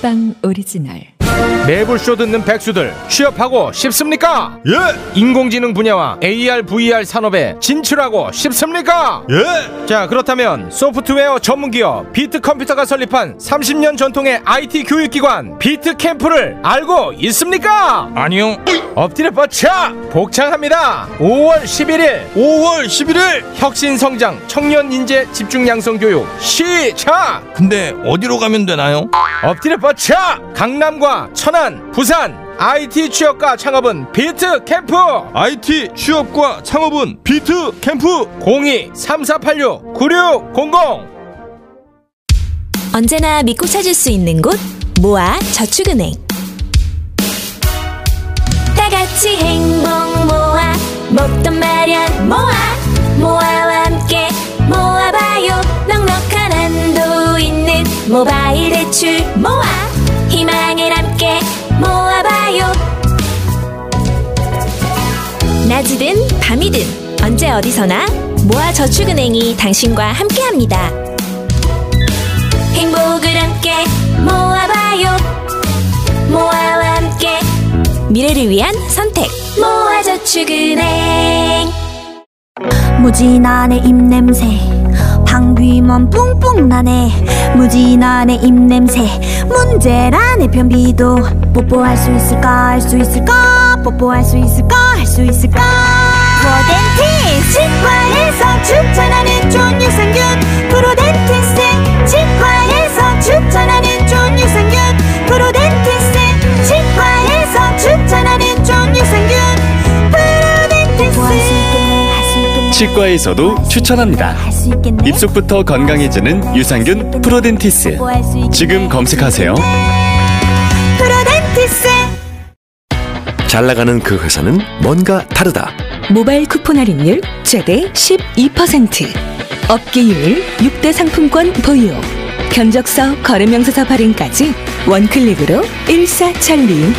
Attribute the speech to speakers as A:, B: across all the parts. A: 팟빵 오리지널
B: 매불쇼 듣는 백수들 취업하고 싶습니까?
C: 예!
B: 인공지능 분야와 AR, VR 산업에 진출하고 싶습니까?
C: 예!
B: 자 그렇다면 소프트웨어 전문기업 비트컴퓨터가 설립한 30년 전통의 IT 교육기관 비트캠프를 알고 있습니까?
C: 아니요.
B: 엎드려 뻗쳐 복창합니다 5월 11일
C: 5월 11일!
B: 혁신성장 청년인재 집중양성교육 시작
C: 근데 어디로 가면 되나요?
B: 엎드려 뻗쳐 강남과 천안 부산 IT 취업과 창업은 비트캠프
C: IT 취업과 창업은 비트 캠프!
B: 02-3486-9600
D: 언제나 믿고 찾을 수 있는 곳 모아 저축은행 다 같이 행복 모아 먹던 마련 모아 모아와 함께 모아봐요 넉넉한 한도 있는 모바일 대출 모아 희망을 함께 모아봐요 낮이든 밤이든 언제 어디서나 모아 저축은행이 당신과 함께합니다. 행복을 함께 모아봐요 모아와 함께 미래를 위한 선택 모아저축은행
E: 무진한의 입냄새 방귀만 뿡뿡 나네 무진한의 입냄새 문제란의 변비도 뽀뽀할 수 있을까 할 수 있을까 뽀뽀할 수 있을까 할 수 있을까 프로덴티스 치과에서 추천하는 좋은 유산균 프로덴티스 치과에서 추천하는 좋은 유산균 프로덴티스 치과에서 추천하는 좋은 유산균 프로덴티스
F: 치과에서도 추천합니다.
E: 할수 있겠네.
F: 입속부터 건강해지는 유산균 프로덴티스. 지금 검색하세요.
E: 프로덴티스.
G: 잘 나가는 그 회사는 뭔가 다르다.
H: 모바일 쿠폰 할인율 최대 12% 업계율 6대 상품권 보유 견적서 거래명세서 발행까지 원클릭으로 일사천리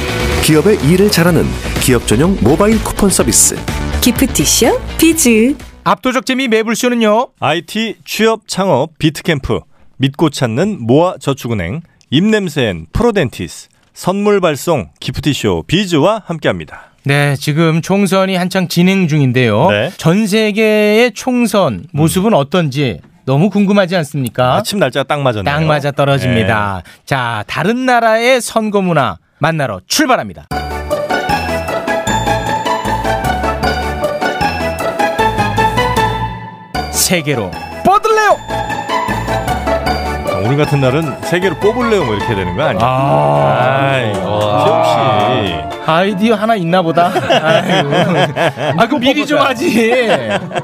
G: 기업의 일을 잘하는 기업 전용 모바일 쿠폰 서비스.
H: 기프티쇼 비즈
B: 압도적 재미 매불쇼는요
I: IT 취업 창업 비트캠프 믿고 찾는 모아 저축은행 입냄새엔 프로덴티스 선물 발송 기프티쇼 비즈와 함께합니다.
B: 네, 지금 총선이 한창 진행 중인데요.
I: 네.
B: 전 세계의 총선 모습은 어떤지 너무 궁금하지 않습니까?
I: 아침 날짜가 딱 맞았네요. 네.
B: 딱 맞아 떨어집니다. 자, 다른 나라의 선거 문화 만나러 출발합니다. 세계로 뻗을래요.
I: 네. 오늘 같은 날은 세계로 뽑을래요 뭐 이렇게 되는 거 아니야? 아이, 최욱 씨.
B: 아이디어 하나 있나 보다. 아그 미리 좀 하지.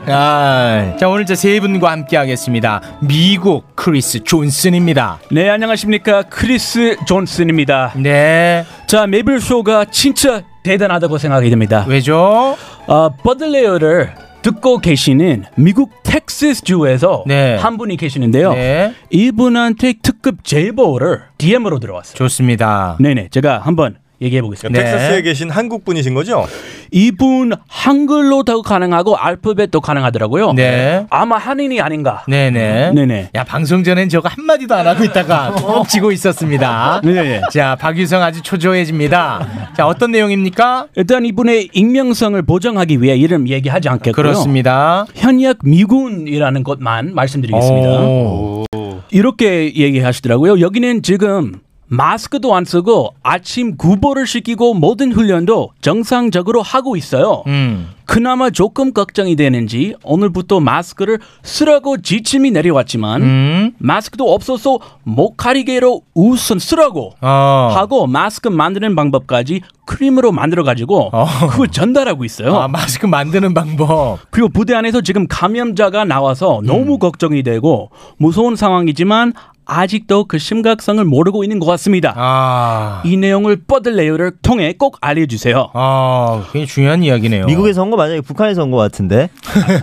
B: 아, 자, 오늘 제 세 분과 함께 하겠습니다. 미국 크리스 존슨입니다.
J: 네, 안녕하십니까. 크리스 존슨입니다.
B: 네.
J: 자, 메빌쇼가 진짜 대단하다고 생각이 듭니다.
B: 왜죠?
J: 아, 버들레어를 듣고 계시는 미국 텍사스 주에서
B: 네.
J: 한 분이 계시는데요.
B: 네.
J: 이분한테 특급 제보를 DM으로 들어왔어요.
B: 좋습니다.
J: 네네, 제가 한번 얘기해 보겠습니다.
B: 네.
I: 그러니까 텍사스에 계신 한국 분이신 거죠?
J: 이분 한글로도 가능하고 알파벳도 가능하더라고요.
B: 네.
J: 아마 한인이 아닌가.
B: 네네.
J: 네네.
B: 야, 방송 전엔 저거 한마디도 안 하고 있다가 꼭 지고 있었습니다.
J: 어. 네네.
B: 자, 박유성 아주 초조해집니다. 자, 어떤 내용입니까?
J: 일단 이분의 익명성을 보장하기 위해 이름 얘기하지 않겠고요.
B: 그렇습니다.
J: 현역 미군이라는 것만 말씀드리겠습니다.
B: 오.
J: 이렇게 얘기하시더라고요. 여기는 지금 마스크도 안 쓰고 아침 구보를 시키고 모든 훈련도 정상적으로 하고 있어요.
B: 음.
J: 그나마 조금 걱정이 되는지 오늘부터 마스크를 쓰라고 지침이 내려왔지만
B: 음.
J: 마스크도 없어서 목 가리개로 우선 쓰라고
B: 어.
J: 하고 마스크 만드는 방법까지 크림으로 만들어 가지고
B: 어.
J: 그걸 전달하고 있어요.
B: 아, 마스크 만드는 방법. 음.
J: 그리고 부대 안에서 지금 감염자가 나와서 너무 걱정이 되고 무서운 상황이지만 아직도 그 심각성을 모르고 있는 것 같습니다.
B: 아.
J: 이 내용을 뻗을레요를 통해 꼭 알려주세요.
B: 아, 굉장히 중요한 이야기네요.
K: 미국에서 온 거 맞아요? 북한에서 온 거 같은데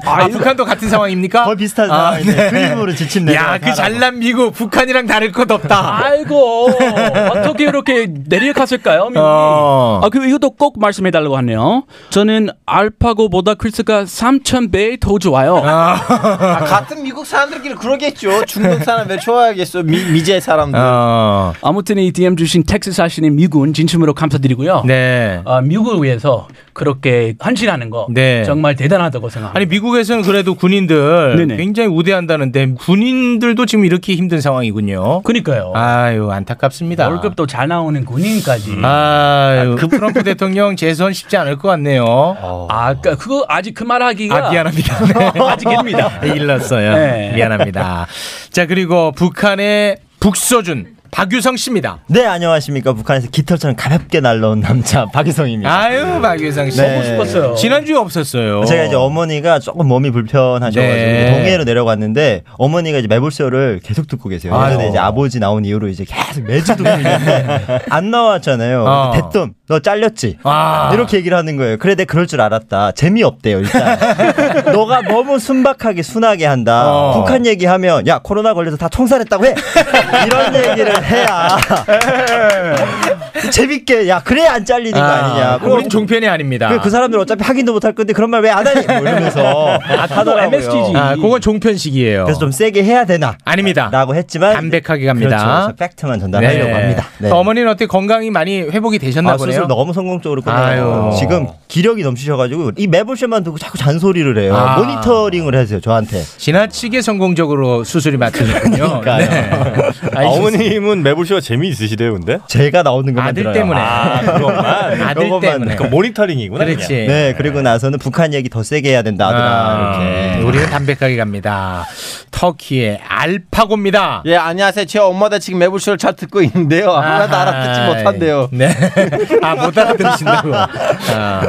B: 아, 북한도 같은 상황입니까?
K: 거의 비슷한 상황이네. 그림으로 지침 내려.
B: 야, 그 잘난 미국, 북한이랑 다를 것 없다.
J: 아이고 어떻게 이렇게 내려갔을까요? 민님?
B: 어.
J: 아 그리고 이것도 꼭 말씀해달라고 하네요. 저는 알파고보다 크리스가 3,000배 더 좋아요.
K: 같은 미국 사람들끼리 그러겠죠. 중동 사람을 좋아하겠 있어 미, 미제 사람들.
B: 어.
J: 아무튼 이 DM 주신 텍사스 하시는 미군 진심으로 감사드리고요.
B: 네.
J: 아, 미국을 위해서 그렇게 헌신하는 거
B: 네.
J: 정말 대단하다고 생각합니다.
B: 아니 미국에서는 그래도 군인들
J: 네네.
B: 굉장히 우대한다는데 군인들도 지금 이렇게 힘든 상황이군요.
J: 그러니까요.
B: 아유 안타깝습니다.
J: 월급도 잘 나오는 군인까지.
B: 음. 아유 그 트럼프 대통령 재선 쉽지 않을 것 같네요.
J: 아, 까 그거 아직 그 말하기가
B: 아, 미안합니다.
J: 아직입니다. 네.
B: 일렀어요. 미안합니다. 자 그리고 북한의 북서준 박유성 씨입니다.
K: 네 안녕하십니까 북한에서 깃털처럼 가볍게 날라온 남자 박희성입니다.
B: 아유 박유성 씨
K: 네. 보고 싶었어요.
B: 지난주에 없었어요.
K: 아, 제가 이제 어머니가 조금 몸이 불편하셔가지고
B: 네.
K: 동해로 내려갔는데 어머니가 이제 매불쇼를 계속 듣고 계세요.
B: 아유.
K: 예전에 이제 아버지 나온 이후로 이제 계속 매주 듣고 있는데 안 나왔잖아요.
B: 어.
K: 대뜸 너 잘렸지?
B: 아.
K: 이렇게 얘기를 하는 거예요. 그래 내가 그럴 줄 알았다. 재미없대요 일단. 너가 너무 순박하게 순하게 한다.
B: 어.
K: 북한 얘기하면 야 코로나 걸려서 다 청산했다고 해. 이런 얘기를 해야 재밌게 야 그래 안 잘리는 거 아니냐.
B: 아, 우린 종편이 아닙니다.
K: 그, 그 사람들 어차피 확인도 못 할 건데 그런 말 왜 안 하니? 뭐 이러면서
B: 아, 그거
K: 하더라고요.
B: MSG. 아, 그건 종편식이에요.
K: 그래서 좀 세게 해야 되나?
B: 아닙니다.
K: 어. 라고 했지만
B: 담백하게 갑니다.
K: 그렇죠. 그래서 팩트만 전달하려고
B: 네.
K: 합니다. 네.
B: 어머니는 어떻게 건강이 많이 회복이 되셨나
K: 아,
B: 보네요.
K: 수술 너무 성공적으로 끝나요.
B: 아유.
K: 어, 지금 기력이 넘치셔가지고 이 매볼쇼만 듣고 자꾸 잔소리를 해요.
B: 아.
K: 모니터링을 하세요 저한테.
B: 지나치게 성공적으로 수술이 맞으셨군요.
K: 그러니까요.
B: 아,
I: 어머님은 매불쇼가 재미있으시대요, 근데?
K: 제가 나오는 것만
B: 아들
K: 들어요.
B: 때문에.
I: 아, 그것만.
B: 아들
K: 요것만
B: 때문에.
I: 그 모니터링이구나.
B: 그렇지.
I: 그냥.
K: 네 그리고 나서는 북한 얘기 더 세게 해야 된다 아들아
B: 아,
K: 이렇게.
B: 우리는 담백하게 갑니다. 터키의 알파고입니다.
L: 예, 안녕하세요. 제 엄마가 지금 매불쇼를 잘 듣고 있는데요. 하나도 알아듣지
B: 아하.
L: 못한대요.
B: 네. 아, 못 알아들으신다고. 아.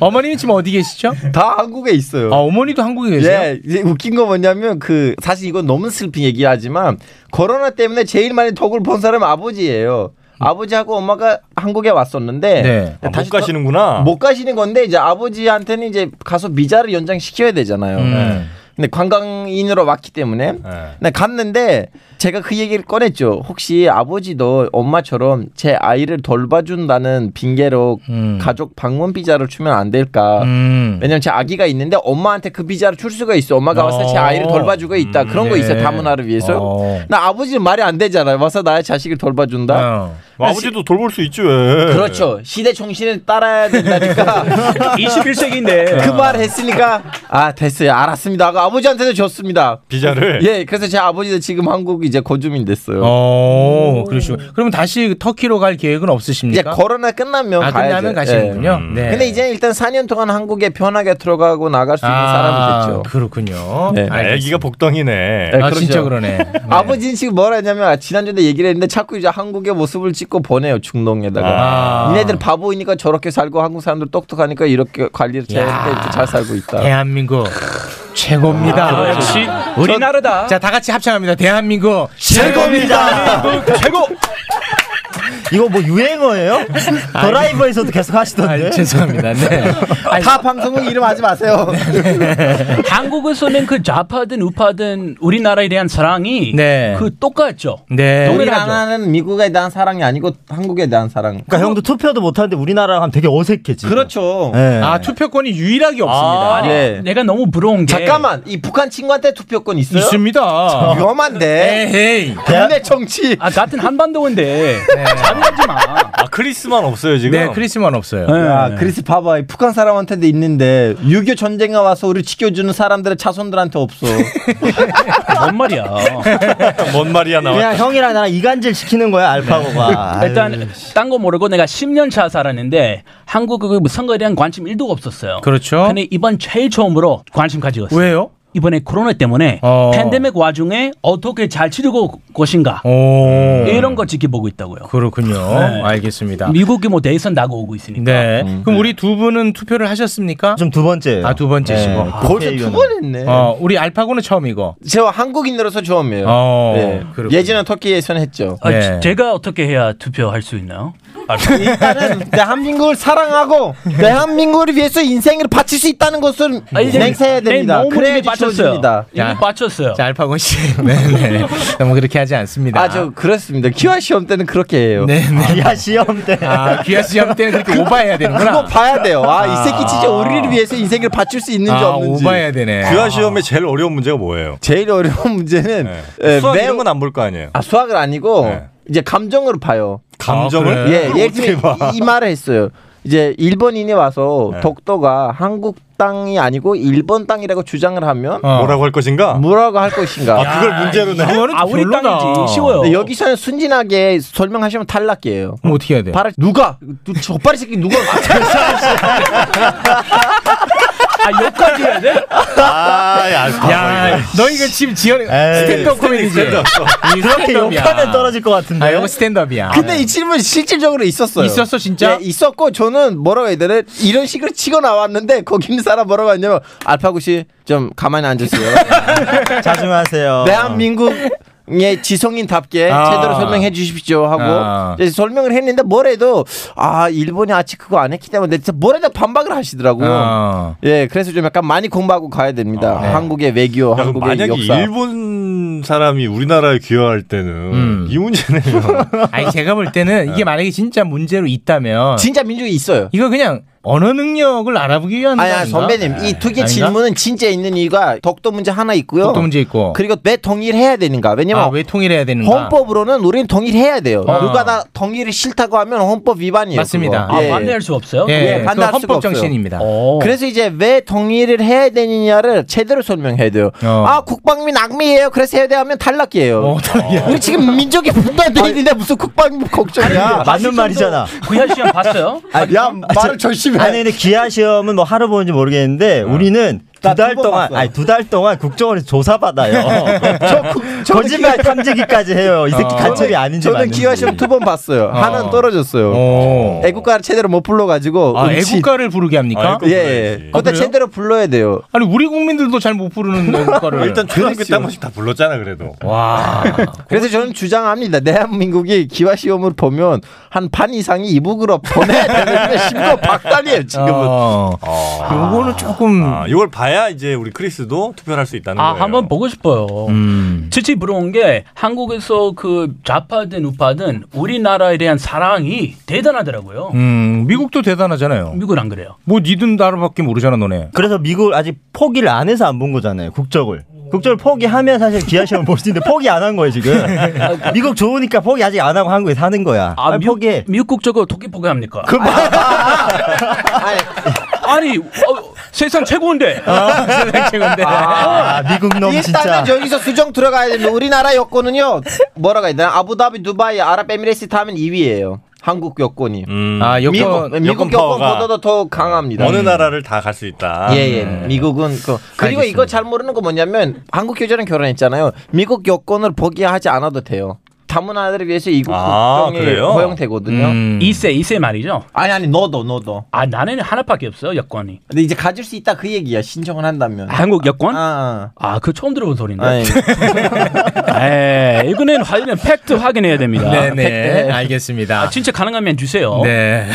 B: 어머님이 지금 어디 계시죠?
L: 다 한국에 있어요.
B: 아, 어머니도 한국에 계세요?
L: 예, 이제 웃긴 거 뭐냐면 그 사실 이건 너무 슬픈 얘기하지만 코로나 때문에 제일 많이 덕을 본 사람은 아버지예요.
B: 음.
L: 아버지하고 엄마가 한국에 왔었는데
I: 네. 아, 못
L: 또-
I: 가시는구나.
L: 못 가시는 건데 이제 아버지한테는 이제 가서 비자를 연장시켜야 되잖아요. 네.
I: 음.
L: 근데 관광인으로 왔기 때문에
I: 네.
L: 근데 갔는데 제가 그 얘기를 꺼냈죠. 혹시 아버지도 엄마처럼 제 아이를 돌봐준다는 핑계로
I: 음.
L: 가족 방문 비자를 주면 안 될까?
B: 음.
L: 왜냐면 제 아기가 있는데 엄마한테 그 비자를 줄 수가 있어. 엄마가 와서 제
B: 어.
L: 아이를 돌봐주고 있다.
I: 음.
L: 그런 거
B: 네.
L: 있어 다문화를 위해서.
B: 어.
L: 나 아버지는 말이 안 되잖아요. 와서 나의 자식을 돌봐준다.
I: 뭐 아버지도 돌볼 수 있지, 왜.
L: 그렇죠. 시대 정신을 따라야 된다니까.
J: 21세기인데.
L: 그 말 했으니까 아 됐어요. 알았습니다. 하고 아버지한테도 줬습니다.
I: 비자를?
L: 예. 그래서 제 아버지도 지금 한국 이제 거주민 됐어요.
B: 어, 그러시고. 그럼 다시 터키로 갈 계획은 없으십니까?
L: 이제 코로나 끝나면
B: 아,
L: 가야죠. 예.
B: 끝나면 가시는군요. 음. 네.
L: 근데 이제 일단 4년 동안 한국에 편하게 들어가고 나갈 수 있는 사람이 됐죠.
B: 아, 그렇군요.
L: 네.
I: 아, 애기가 복덩이네.
L: 네,
B: 아,
L: 그렇죠. 아버지는 지금 뭐라 했냐면 아, 지난주에 얘기를 했는데 자꾸 이제 한국의 모습을 찍고 보내요 중동에다가.
B: 아.
L: 니네들 바보이니까 저렇게 살고 한국 사람들 똑똑하니까 이렇게 관리를 잘했는데 이렇게 잘 살고 있다.
B: 대한민국 최고입니다.
L: 아, 역시
B: 우리나라다. 자, 다 같이 합창합니다. 대한민국
K: 최고입니다.
B: 대한민국 최고.
K: 이거 뭐 유행어예요? 드라이버에서도 계속 하시던데.
B: 아, 죄송합니다. 네.
K: 아,
L: 다 방송국 이름 하지 마세요.
J: 한국에서는 그 좌파든 우파든 우리나라에 대한 사랑이
B: 네.
J: 그 똑같죠.
B: 네.
L: 우리나라는 미국에 대한 사랑이 아니고 한국에 대한 사랑.
K: 그러니까 형도 투표도 못하는데 우리나라 하면 되게 어색해 지금.
L: 그렇죠.
K: 네.
B: 아, 투표권이 유일하게 없습니다.
L: 아니, 네.
J: 내가 너무 부러운 게
L: 잠깐만 이 북한 친구한테 투표권 있어요?
B: 있습니다.
L: 위험한데.
B: 에헤이.
L: 국내 정치.
J: 아, 같은 한반도인데 자랑하지 마.
I: 아, 크리스만 없어요, 지금?
B: 네, 크리스만 없어요. 네.
L: 야, 그래서 봐봐. 이 북한 사람한테도 있는데 6.25 전쟁에 와서 우리 지켜주는 사람들의 자손들한테 없어.
J: 뭔 말이야.
I: 뭔 말이야, 나와.
K: 그냥 형이랑 나랑 이간질 시키는 거야 알파고가.
J: 네. 일단 딴 거 모르고 내가 10년 차 살았는데 한국 그 선거에 대한 관심 1도 없었어요.
B: 그렇죠.
J: 근데 이번 제일 처음으로 관심 가지고
B: 왜요? 어.
J: 이번에 코로나 때문에 네. 팬데믹 와중에 어떻게 잘 치르고 것인가
B: 오.
J: 이런 거 지켜보고 있다고요.
B: 그렇군요.
J: 네.
B: 알겠습니다.
J: 미국이 뭐 대선 나고 오고 있으니까.
B: 네. 그럼 우리 두 분은 투표를 하셨습니까?
K: 좀 음, 두 번째예요.
B: 아, 두 번째시고.
K: 네,
B: 아,
L: 벌써
K: 국회의원은.
L: 두 번 했네.
B: 어, 우리 알파고는 처음이고.
L: 제가 한국인으로서 처음이에요.
B: 어,
L: 네.
B: 그렇군요.
L: 예전에 터키에선 했죠.
J: 아,
B: 네.
J: 제가 어떻게 해야 투표할 수 있나요? 아,
L: 일단은 대한민국을 사랑하고 대한민국을 위해서 인생을 바칠 수 있다는 것을
J: 아,
K: 네,
L: 맹세해야 됩니다. 그래야 지켜집니다.
B: 이미 맞췄어요. 자, 알파고 씨. 네네. 너무 그렇게 하지 않습니다.
L: 아 저 그렇습니다. 귀화 시험 때는 그렇게 해요.
B: 네네.
K: 귀화 시험 때.
B: 아, 귀하 시험 때는 그렇게 오바해야 되는구나.
L: 그거 봐야 돼요. 아 이
B: 아.
L: 새끼 진짜 우리를 위해서 인생을 바칠 수 있는지
B: 아,
L: 없는지.
B: 오바해야 되네.
I: 귀화 시험의 제일 어려운 문제가 뭐예요? 네.
L: 제일 어려운 문제는 예,
I: 수학
L: 매우-
I: 이런 건 안 볼 거 아니에요.
L: 아 수학을 아니고 이제 감정으로 봐요.
I: 감정을? 아,
L: 예,
I: 그래요?
L: 예,
I: 어떻게
L: 이-
I: 봐? 네.
L: 이 말을 했어요. 이제 일본인이 와서 독도가 한국 땅이 아니고 일본 땅이라고 주장을 하면
B: 어.
I: 뭐라고 할 것인가?
L: 뭐라고 할 것인가?
I: 아, 그걸 문제로 내?
J: 어. 이거는 아, 우리 별로다. 땅이지. 쉬워요.
L: 근데 여기서는 순진하게 설명하시면 탈락이에요.
B: 그럼 어떻게 해야
I: 네.
B: 돼요?
L: 바로 누가 누- 족발이 새끼 누가
J: 아 여기까지 해야 돼?
I: 아, 야,
B: 야, 너 이거 지금 지연
K: 스탠드업
B: 스탠드업 코미디지.
K: 스탠드업.
B: 이
K: 그렇게
B: 스탠드업이야.
K: 욕하면 떨어질 것 같은데.
B: 아, 이거 스탠드업이야.
L: 근데 이 질문 실질적으로 있었어요.
B: 있었어, 진짜?
L: 예, 있었고 저는 뭐라고 해야 되나 이런 식으로 치고 나왔는데 거기 있는 사람 뭐라고 했냐면 알파고 씨 좀 가만히 앉으세요.
K: 자중하세요.
L: 대한민국의 지성인답게
K: 어. 아.
L: 제대로 설명해 주십시오 하고
K: 아.
L: 이제 설명을 했는데 뭐래도 아 일본이 아직 그거 안 했기 때문에 진짜 뭐래도 반박을 하시더라고요.
I: 아.
L: 예, 그래서 좀 약간 많이 공부하고 가야 됩니다. 한국의 외교,
I: 야, 그럼
L: 한국의
I: 만약에
L: 역사.
I: 일본 사람이 우리나라에 귀화할 때는
B: 음.
I: 이 문제네요.
B: 아니 제가 볼 때는 이게 만약에 진짜 문제로 있다면
L: 진짜 민족이 있어요.
B: 이거 그냥 언어 능력을 알아보기 위한
L: 아야
B: 거 아닌가? 네.
L: 선배님 이 두 개
B: 아닌가?
L: 질문은 진짜 있는 이유가 독도 문제 하나 있고요.
B: 독도 문제 있고.
L: 그리고 왜 통일해야 되는가? 왜냐면
B: 아, 왜 통일해야 되는가?
L: 헌법으로는 우리는 통일해야 돼요.
B: 어.
L: 누가 다 통일을 싫다고 하면 헌법 위반이에요.
B: 맞습니다.
L: 그거.
B: 아,
L: 예.
B: 반대할 수 없어요? 예,
L: 예,
B: 그거
L: 반대할 수가
B: 헌법
L: 없어요.
B: 정신입니다.
L: 그래서 이제 왜 통일을 해야 되느냐를 제대로 설명해야 돼요.
B: 어.
L: 아 국방비 낭비예요. 그래서 해야 돼 하면 탈락이에요. 우리 지금 민족이 분단돼 있는데 무슨 국방비 걱정이야?
K: 맞는 말이잖아.
J: 귀화 시험 봤어요?
K: 아, 야
L: 말을 어.
K: 절심해. 아니 근데 기아 시험은 뭐 하루 보는지 모르겠는데 우리는 두 달 동안 아니 두 달 동안 국정원에서 조사받아요.
L: 저는
K: 거짓말
L: 기아-
K: 탐지기까지 해요. 이 새끼
L: 어.
K: 간첩이
L: 저는-
K: 아닌지
L: 저는
K: 맞는지.
L: 기아 시험 두 번 봤어요. 하나는 떨어졌어요. 애국가를 제대로 못 불러가지고
B: 아,
L: 음치-
B: 애국가를 부르게 합니까?
L: 예, 예.
B: 아,
L: 그때
B: 그래요?
L: 제대로 불러야 돼요.
B: 아니 우리 국민들도 잘 못 부르는 애국가를
L: 일단 초등학교 때한 번씩
I: 다 불렀잖아 그래도.
B: 와.
L: 그래서 저는 주장합니다. 대한민국이 기화 시험을 보면 한 반 이상이 이북으로 보내야 되는데 심지어 박달이에요 지금은.
B: 어. 요거는 조금
I: 이걸 아. 봐야 이제 우리 크리스도 투표를 할 수 있다는
J: 아
I: 거예요.
J: 한번 보고 싶어요.
B: 음.
J: 진짜 부러운 게 한국에서 그 좌파든 우파든 우리나라에 대한 사랑이
K: 어.
J: 대단하더라고요.
B: 음, 미국도 대단하잖아요.
J: 미국은 안 그래요.
B: 뭐 니든 나라밖에 모르잖아 너네.
K: 그래서 미국을 아직 포기를 안 해서 안 본 거잖아요. 국적을. 국적을 포기하면 사실 기아 시험 볼 수 있는데 포기 안 한 거예요 지금. 미국 좋으니까 포기 아직 안 하고 한국에 사는 거야.
J: 아, 미국, 미국 저거 도끼 포기합니까? 그 아니, 어, 세상 최고인데.
B: 세상 최고인데.
K: 아, 미국 놈
L: 일단은 여기서 수정 들어가야 됩니다. 우리나라 여권은요 뭐라고 해야 되나 아부다비, 두바이, 아랍에미레이트 하면 2위예요. 한국 여권이.
J: 음.
B: 아, 여권-
L: 미국,
B: 여권
L: 미국
B: 파워가
L: 여권보다도 더 강합니다.
B: 음.
I: 어느 나라를 다 갈 수 있다. 음.
L: 예, 예. 미국은 그 그리고
I: 알겠습니다.
L: 이거 잘 모르는 거 뭐냐면 한국 교제랑 결혼했잖아요. 미국 여권을 포기하지 않아도 돼요. 다문화들을 위해서 이국
I: 아,
L: 국정이
I: 그래요? 음.
L: 허용되거든요.
B: 음.
J: 이 2세, 2세 말이죠.
L: 아니 아니 너도 너도.
J: 아 나는 하나밖에 없어요 여권이.
L: 근데 이제 가질 수 있다 그 얘기야 신청을 한다면.
J: 한국 여권?
L: 아,
J: 그 처음 들어본 소리인데. 에 이거는 확인은 팩트 확인해야 됩니다.
B: 네네,
J: 팩트.
B: 알겠습니다.
J: 아, 진짜 가능하면 주세요.
B: 네.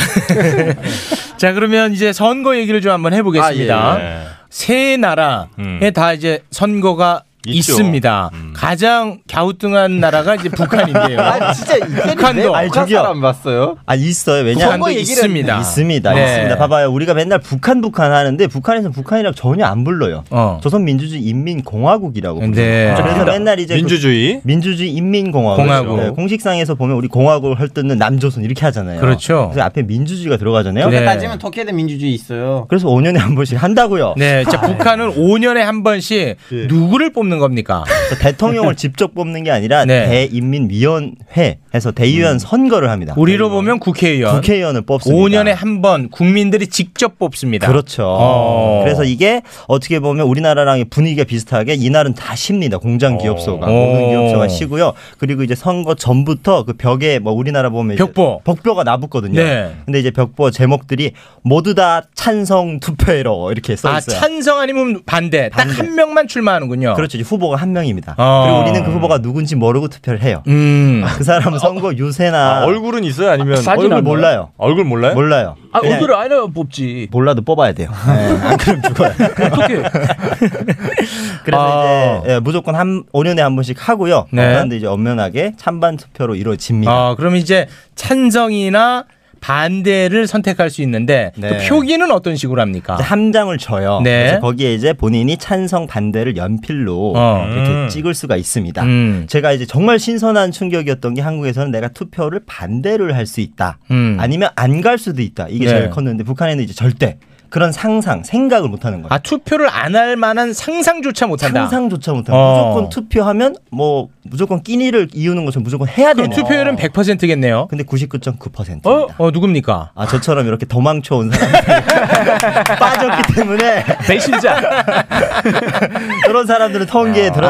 B: 자 그러면 이제 선거 얘기를 좀 한번 해보겠습니다.
J: 아, 예. 네.
B: 세 나라에
L: 음.
B: 다 이제 선거가 있습니다 가장 갸우뚱한 나라가 이제 북한인데요.
K: 아니, 진짜 이때는 왜 북한 사람
L: 봤어요?
K: 아 있어요. 왜냐
B: 북한도 선거 얘기를 있습니다. 했는데.
K: 있습니다.
B: 네.
K: 있습니다. 봐봐요. 우리가 맨날 북한 북한 하는데 북한에서 북한이라고 전혀 안 불러요. 조선민주주의 인민공화국이라고 불러요.
B: 어. 네.
K: 그래서 맨날 이제
I: 민주주의
K: 민주주의 인민공화국
B: 공화국.
K: 네, 공식상에서 보면 우리 공화국을 할 때는 남조선 이렇게 하잖아요.
B: 그렇죠.
K: 그래서 앞에 민주주의가
B: 네.
K: 들어가잖아요. 네.
L: 그렇게 따지면 터키에도 민주주의 있어요.
K: 그래서 5년에 한 번씩 한다고요. 아,
B: 네, 자 북한은 5년에 한 번씩 누구를 뽑는 겁니까?
K: 예. 대통령을 직접 뽑는 게 아니라
B: 네. 음.
K: 대인민위원회 해서 대의원 선거를 합니다.
B: 우리로 보면 국회의원.
K: 국회의원을 뽑습니다.
B: 5년에 한 번 국민들이 직접 뽑습니다.
K: 그렇죠.
B: 어.
K: 그래서 이게 어떻게 보면 우리나라랑 분위기가 비슷하게 이날은 다 쉽니다. 공장 기업소가
B: 어.
K: 모든 기업소가 쉬고요. 그리고 이제 선거 전부터 그 벽에 뭐 우리나라 보면 이제
B: 벽보.
K: 벽보가 나붙거든요.
B: 네.
K: 근데 이제 벽보 제목들이 모두 다 찬성 투표로 이렇게 써
B: 아
K: 있어요.
B: 찬성 아니면 반대. 딱 한 명만 출마하는군요.
K: 그렇죠. 이제 후보가 한 명입니다.
B: 어.
I: 아.
K: 그리고 우리는 그 후보가 누군지 모르고 투표를 해요. 그 사람
B: 어.
K: 선거 유세나
I: 아, 얼굴은 있어요? 아니면
K: 아, 사진 얼굴 몰라요.
I: 얼굴 몰라요?
K: 몰라요.
J: 아,
K: 그냥
J: 오늘은 아니라 뽑지.
K: 몰라도 뽑아야 돼요. 그래서 이제 예, 무조건 한 5년에 한 번씩 하고요.
B: 네.
K: 그런데 이제 엄연하게 찬반 투표로 이루어집니다.
B: 아, 그럼 이제 찬성이나 반대를 선택할 수 있는데
K: 네.
B: 그 표기는 어떤 식으로 합니까?
K: 한 장을 쳐요.
B: 네.
K: 그래서 거기에 이제 본인이 찬성 반대를 연필로
B: 어.
K: 이렇게
B: 음.
K: 찍을 수가 있습니다.
B: 음.
K: 제가 이제 정말 신선한 충격이었던 게 한국에서는 내가 투표를 반대를 할 수 있다.
B: 음.
K: 아니면 안 갈 수도 있다. 이게
B: 네.
K: 제일 컸는데 북한에는 이제 절대 그런 상상, 생각을 못 하는 거예요.
B: 아, 투표를 안 할 만한 상상조차 못 한다.
K: 상상조차 못 한다.
B: 어.
K: 무조건 투표하면 뭐 무조건 끼니를 이우는 것처럼 무조건 해야 되는
B: 그럼 투표율은 100%겠네요.
K: 근데 99.9%.
B: 어? 어, 누굽니까?
K: 아 저처럼 이렇게 도망쳐 온 사람 빠졌기 때문에
J: 배신자
K: 그런 사람들은 통계에 들어갔을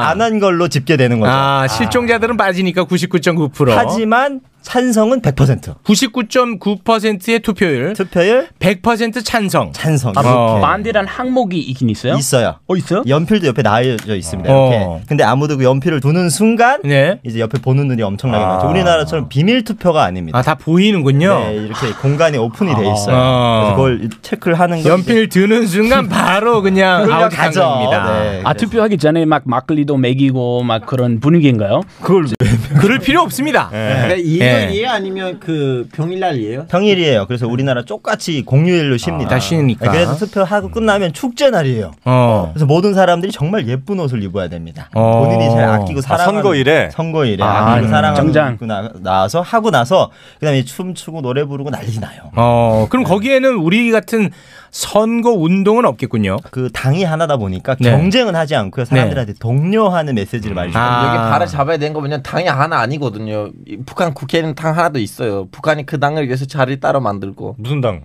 K: 때 안 한 걸로 집계되는 거죠.
B: 아, 실종자들은 빠지니까 99.9%.
K: 하지만 찬성은 100%.
B: 99.9%의 투표율.
K: 투표율
B: 100% 찬성. 어.
K: 찬성.
J: 아, 뭐
K: 이렇게.
J: 반대란 항목이 있긴 있어요?
K: 있어요.
J: 어 있어요?
K: 연필도 옆에 나열져 있습니다. 이렇게.
J: 어.
K: 근데 아무도 그 연필을 두는 순간
B: 네.
K: 이제 옆에 보는 눈이 엄청나게 많죠. 아. 그렇죠. 우리나라처럼 비밀 투표가 아닙니다.
B: 아, 다 보이는군요.
K: 네, 이렇게 공간이 오픈이 돼 있어요.
B: 아.
K: 그래서 그걸 체크를 하는 거
B: 연필 드는 순간 바로 그냥 아웃한 겁니다. 네.
J: 아 투표하기 전에 막 막걸리도 먹이고 막 그런 분위기인가요? 네.
K: 그걸
B: 그럴 필요 없습니다.
I: 네.
L: 네. 그러니까
B: 네.
L: 아니면 그 평일날이에요?
K: 평일이에요. 그래서 우리나라 똑같이 공휴일로 쉽니다. 네,
B: 다 쉬니까.
K: 아,
I: 아.
K: 그래서 투표하고 끝나면 축제 날이에요.
B: 아, 어.
K: 그래서 모든 사람들이 정말 예쁜 옷을 입어야 됩니다.
B: 어.
K: 본인이 제일 아끼고
B: 아,
K: 사랑하는
B: 선거일에?
K: 선거일에
B: 아,
K: 아끼고
B: 음.
K: 사랑하는
B: 정장.
K: 옷 입고 나, 나서 하고 나서 그다음에 춤추고 노래 부르고 난리 나요.
B: 어, 그럼 거기에는 우리 같은 선거 운동은 없겠군요.
K: 그 당이 하나다 보니까
B: 네.
K: 경쟁은 하지 않고요. 사람들한테
L: 네.
K: 독려하는 메시지를 많이 주고
L: 여기 바로 잡아야 되는 거 보면 당이 하나 아니거든요. 이 북한 국회에는 당 하나도 있어요. 북한이 그 당을 위해서 자리 따로 만들고
I: 무슨 당?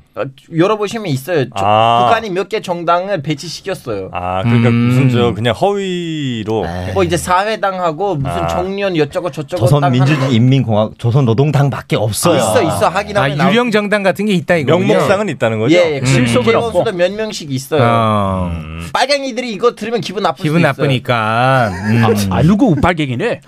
L: 열어보시면 있어요. 저-
I: 아.
L: 북한이 몇 개 정당을 배치시켰어요.
I: 아
K: 음.
B: 음.
I: 그러니까 무슨 저 그냥 허위로
B: 아.
K: 네.
L: 뭐 이제 사회당하고 무슨
I: 아.
L: 정년 여쩌고 저쩌고 당 하는 거.
K: 조선민주주의인민공화국 조선노동당밖에 없어요.
L: 있어 있어 하긴
B: 아,
L: 하면 나오-
B: 유령 정당 같은 게 있다 이거군요. 음,
I: 명목상은 있다는
L: 예, 예. 실속을 없고 몇 명씩 있어요.
I: 음.
B: 어.
L: 빨갱이들이 이거 들으면 기분 나쁠
B: 기분
L: 수도
B: 나쁘니까. 음.
L: 아, 아,
J: 누구 우팔객이네?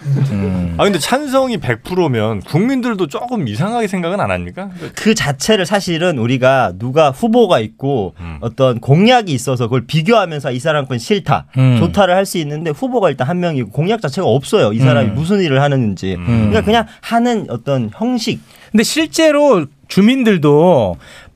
I: 아 근데 찬성이 100%면 국민들도 조금 이상하게 생각은 안 합니까?
K: 그 자체를 사실은 우리가 누가 후보가 있고
L: 음.
K: 어떤 공약이 있어서 그걸 비교하면서 이 사람 건 싫다,
I: 음.
K: 좋다를 할 수 있는데 후보가 일단 한 명이고 공약 자체가 없어요. 이 사람이
B: 음.
K: 무슨 일을 하는지.
L: 음.
K: 그러니까 그냥 하는 어떤 형식.
B: 근데 실제로 주민들도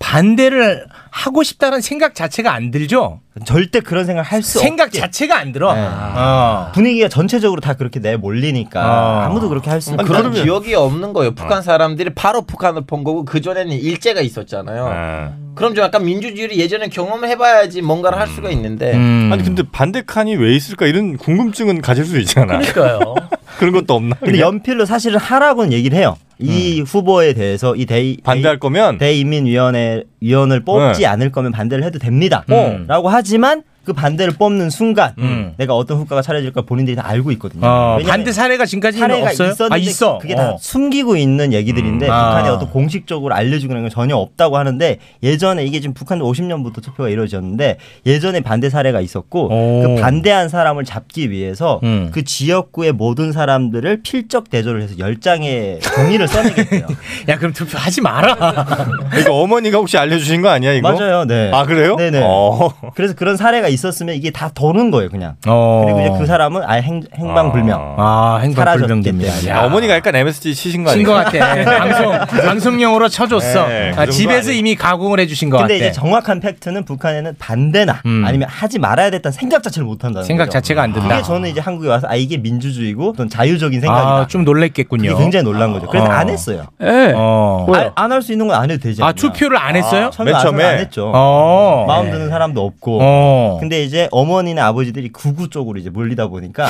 B: 반대를 하고 싶다는 생각 자체가 안 들죠?
K: 절대 그런 생각 할 수
B: 생각
K: 없게. 네.
B: 자체가 안 들어.
L: 아.
K: 분위기가 전체적으로 다 그렇게 내몰리니까
B: 아.
K: 아무도 그렇게 할 수
L: 그런 기억이 없는
B: 어.
L: 거예요. 북한 사람들이 바로 북한을 본 거고 그 전에는 일제가 있었잖아요. 그럼 좀 약간 민주주의를 예전에 경험을 해봐야지 뭔가를 할
B: 음.
L: 수가 있는데
I: 아니 근데 반대 칸이 왜 있을까 이런 궁금증은 가질 수 있잖아.
J: 그러니까요.
I: 그런 것도 없나? 그러니까
K: 근데 연필로 사실은 하라고는 얘기를 해요. 이 후보에 대해서 이 대, 반대할
I: 거면
K: 대인민위원회 위원을 뽑지
I: 네.
K: 않을 거면 반대를 해도 됩니다.
B: 음.
K: 라고 하지만 그 반대를 뽑는 순간
B: 음.
K: 내가 어떤 후과가 차려질 걸 본인들이 다 알고 있거든요.
B: 어,
K: 왜냐면
B: 반대 사례가 지금까지는
K: 사례가
B: 없어요?
K: 있었는데
B: 아, 있어.
K: 그게 다
B: 어.
K: 숨기고 있는 얘기들인데
B: 음. 아.
K: 북한이 어떤 공식적으로 알려주고 있는 건 전혀 없다고 하는데 예전에 이게 지금 북한 50년부터 투표가 이루어졌는데 예전에 반대 사례가 있었고 그 반대한 사람을 잡기 위해서
B: 음.
K: 그 지역구의 모든 사람들을 필적 대조를 해서 10장의 종이를 써내겠대요.
B: 야, 그럼 투표하지 마라.
I: 이거 그러니까 어머니가 혹시 알려주신 거 아니야 이거?
K: 맞아요. 네.
I: 아 그래요?
K: 네네.
I: 어.
K: 그래서 그런 사례가 있었으면 이게 다 도는 거예요, 그냥.
B: 어.
K: 그리고 이제 그 사람은 아예 행, 행방불명.
B: 아,
K: 사라졌기
B: 행방불명됩니다.
K: 때문에.
B: 야.
I: 어머니가 약간 MSG 치신 거 아니야?
B: 친것 같아. 방송 방송용으로 쳐줬어.
I: 네, 그
B: 아,
I: 정도
B: 집에서
I: 아니에요.
B: 이미 가공을 해주신 것 같아. 음.
K: 근데 이제 정확한 팩트는 북한에는 반대나 아니면 하지 말아야 됐다는 생각 자체를 못 한다는
B: 생각
K: 거죠.
B: 자체가 안 든다.
K: 이게 저는 이제 한국에 와서 아 이게 민주주의고 어떤 자유적인 생각이다.
B: 아, 좀 놀랬겠군요.
K: 그게 굉장히 놀란 거죠. 그래서
B: 어.
K: 안 했어요. 아,
J: 예.
B: 어.
K: 안 할 수 있는 건 안 해도 되지.
B: 아,
K: 않나.
B: 투표를 안 했어요?
K: 아, 처음에
B: 맨
K: 안
B: 처음에?
K: 안 했죠.
B: 어.
K: 마음
B: 네.
K: 드는 사람도 없고.
B: 어.
K: 근데 이제 어머니나 아버지들이 구구 쪽으로 이제 몰리다 보니까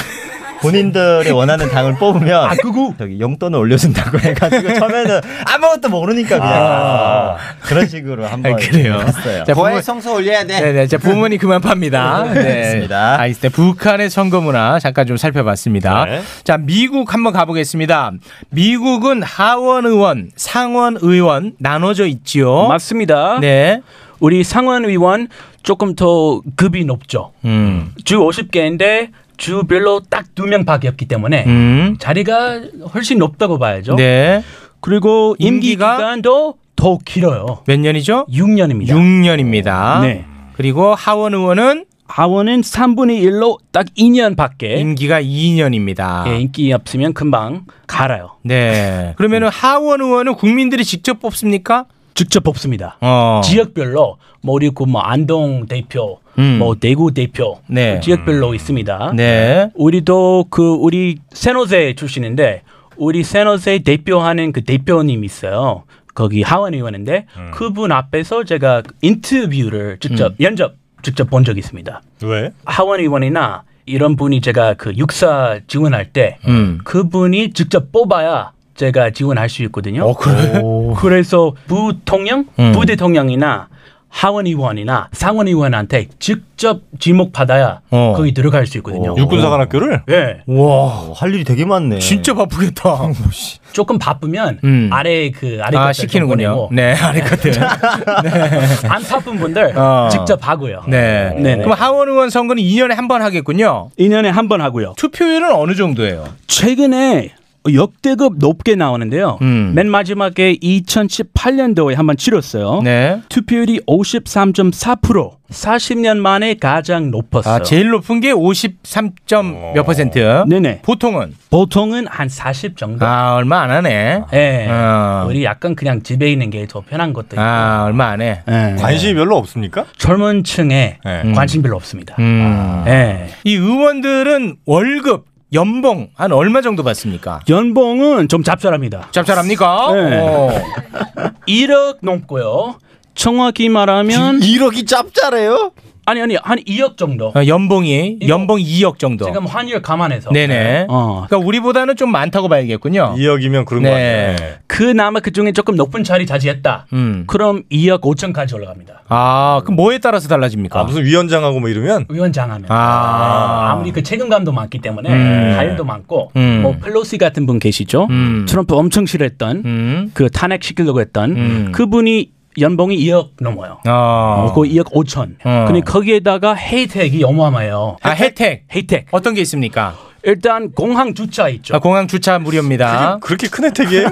K: 본인들의 원하는 당을
B: 아,
K: 뽑으면 저기 용돈을 올려준다고 해가지고 처음에는 아무것도 모르니까 그냥
B: 아.
K: 그런 식으로 한번
B: 아, 그래요.
K: 해봤어요.
B: 자, 부모-
L: 성서 올려야 돼.
B: 네, 네, 제 부모님 그만 팝니다. 네.
K: 알겠습니다.
B: 알겠습니다. 북한의 선거 문화 잠깐 좀 살펴봤습니다.
K: 네.
B: 자, 미국 한번 가보겠습니다. 미국은 하원 의원, 상원 의원 나눠져 있지요.
J: 맞습니다.
B: 네. 음.
J: 우리 상원 의원 조금 더 급이 높죠. 주 50개인데 주별로 딱 두 명밖에 없기 때문에
B: 음.
J: 자리가 훨씬 높다고 봐야죠.
B: 네.
J: 그리고 그렇죠? 임기 기간도 더 길어요.
B: 몇 년이죠?
J: 6년입니다.
B: 6년입니다.
J: 네.
B: 그리고 하원 의원은
J: 하원은 3분의 1로 딱 2년밖에
B: 임기가 2년입니다.
J: 예, 인기 없으면 금방 갈아요.
B: 네. 그러면은 하원 의원은 국민들이 직접 뽑습니까?
J: 직접 뽑습니다.
B: 어.
J: 지역별로 뭐 우리 그뭐 안동 대표,
B: 음.
J: 뭐 대구 대표,
B: 네.
J: 그 지역별로 있습니다.
B: 네.
J: 우리도 그 우리 세노세 출신인데 우리 세노세 대표하는 그 대표님 있어요. 거기 하원 의원인데
B: 음.
J: 그분 앞에서 제가 인터뷰를 직접
I: 음.
J: 연접 직접 본 적이 있습니다.
I: 왜?
J: 하원 의원이나 이런 분이 제가 그 육사 지원할 때
B: 음.
J: 그분이 직접 뽑아야 제가 지원할 수 있거든요. 그래? 서 부통령,
B: 어, 음.
J: 부대통령이나 하원 의원이나 상원 의원한테 직접 지목 받아야
B: 어.
J: 거기 들어갈 수 있거든요.
I: 육군사관학교를?
J: 예.
K: 와, 할 일이 되게 많네.
B: 진짜 바쁘겠다.
J: 음. 조금 바쁘면
B: 음.
J: 아래 그 아래
B: 아,
J: 것들
B: 시키는군요.
J: 좀 보내고
B: 네, 아래 것들.
J: 안 바쁜 분들
B: 어.
J: 직접 하고요.
B: 네.
J: 네네.
B: 그럼 하원 의원 선거는 2년에 한 번 하겠군요.
J: 2년에 한 번 하고요.
B: 투표율은 어느 정도예요?
J: 최근에 역대급 높게 나오는데요.
B: 음.
J: 맨 마지막에 2018년도에 한 번 치렀어요.
B: 네.
J: 투표율이 53.4%. 40년 만에 가장 높았어요.
B: 아, 제일 높은 게
I: 어.
B: 53점 몇 퍼센트.
J: 네네.
B: 보통은
J: 보통은 한 40 정도.
B: 아, 얼마 안 하네.
J: 예.
B: 어.
J: 우리 약간 그냥 집에 있는 게 더 편한 것도 있고. 예.
B: 아, 얼마 안 해.
I: 관심이 별로 없습니까? 예.
J: 젊은 층에
B: 음.
J: 관심 별로 없습니다. 예.
B: 이 의원들은 월급, 연봉 한 얼마 정도 받습니까?
J: 연봉은 좀 짭짤합니다.
B: 짭짤합니까?
J: 네.
B: 어.
J: 1억 넘고요. 정확히 말하면
L: 1억이 짭짤해요?
J: 아니 아니 한 2억 정도.
B: 어, 연봉이 연봉 2억 정도.
J: 지금 예. 어. 환율 감안해서.
B: 네네. 그러니까 우리보다는 좀 많다고 봐야겠군요.
I: 2억이면 그런
B: 네.
I: 거 같아요.
J: 그나마 그 중에 조금 높은 자리 차지했다.
B: 음.
J: 그럼 2억 5천까지 올라갑니다.
B: 아, 그럼 뭐에 따라서 달라집니까?
I: 무슨 위원장하고 뭐 이러면?
J: 위원장하면
B: 아.
J: 아무리 그 책임감도 많기 때문에
B: 음.
I: 네.
J: 자율도 많고
B: 음.
J: 뭐 펠로시 같은 분 계시죠. 트럼프 엄청 싫어했던
B: 음.
J: 그 탄핵 시키려고 했던 그분이 연봉이 2억 넘어요.
B: 어.
J: 어, 그 2억 5천. 그러니까
B: 어.
J: 근데 거기에다가 혜택이 어마어마해요.
B: 아, 혜택.
J: 혜택.
B: 어떤 게 있습니까?
J: 일단 공항 주차 있죠.
B: 아, 공항 주차 무료입니다.
I: 그렇게 큰 혜택이에요?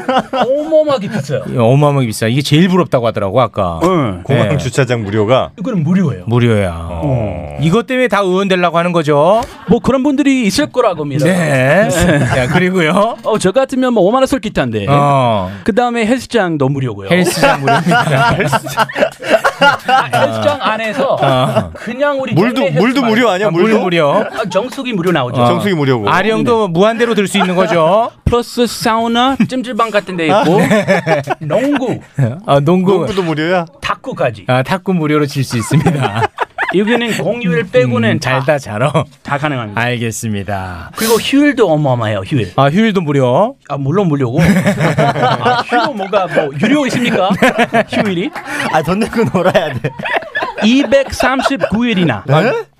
J: 어마어마하게 비싸요.
B: 어마어마하게 비싸. 이게 제일 부럽다고 하더라고 아까.
I: 공항
B: 네.
I: 주차장 무료가
J: 이거는 무료예요.
B: 무료야. 음. 이것 때문에 다 의원 되려고 하는 거죠.
J: 뭐 그런 분들이 있을 거라고 믿어요.
B: 네. 자, 그리고요.
J: 어, 저 같으면 뭐 5만 원 솔깃한데.
B: 어.
J: 그다음에 헬스장도 무료고요.
B: 헬스장 무료입니다.
J: 아, 헬스장 안에서
B: 어.
J: 그냥 우리
I: 물도-
J: 개인 헬스
I: 물도
J: 말고.
I: 무료 아니야?
B: 아, 물 물도? 무료.
J: 아, 정수기 무료 나오죠. 네.
B: 어. 아령도 무한대로 들 수 있는 거죠.
J: 플러스 사우나, 찜질방 같은 데 있고 농구,
B: 아, 네. 농구.
I: 무료야?
J: 탁구까지.
B: 아, 탁구 무료로 질 수 있습니다. 음,
J: 여기는 공휴일 빼고는
B: 잘다 잘어.
J: 다 가능합니다.
B: 알겠습니다.
J: 그리고 휴일도 어마어마해요. 휴일.
B: 아, 휴일도 무료.
J: 아 물론 무료고. 아, 휴일 뭐가 뭐 유료 있습니까? 휴일이?
K: 아, 돈 내고 놀아야 돼. 네?
J: 239일이나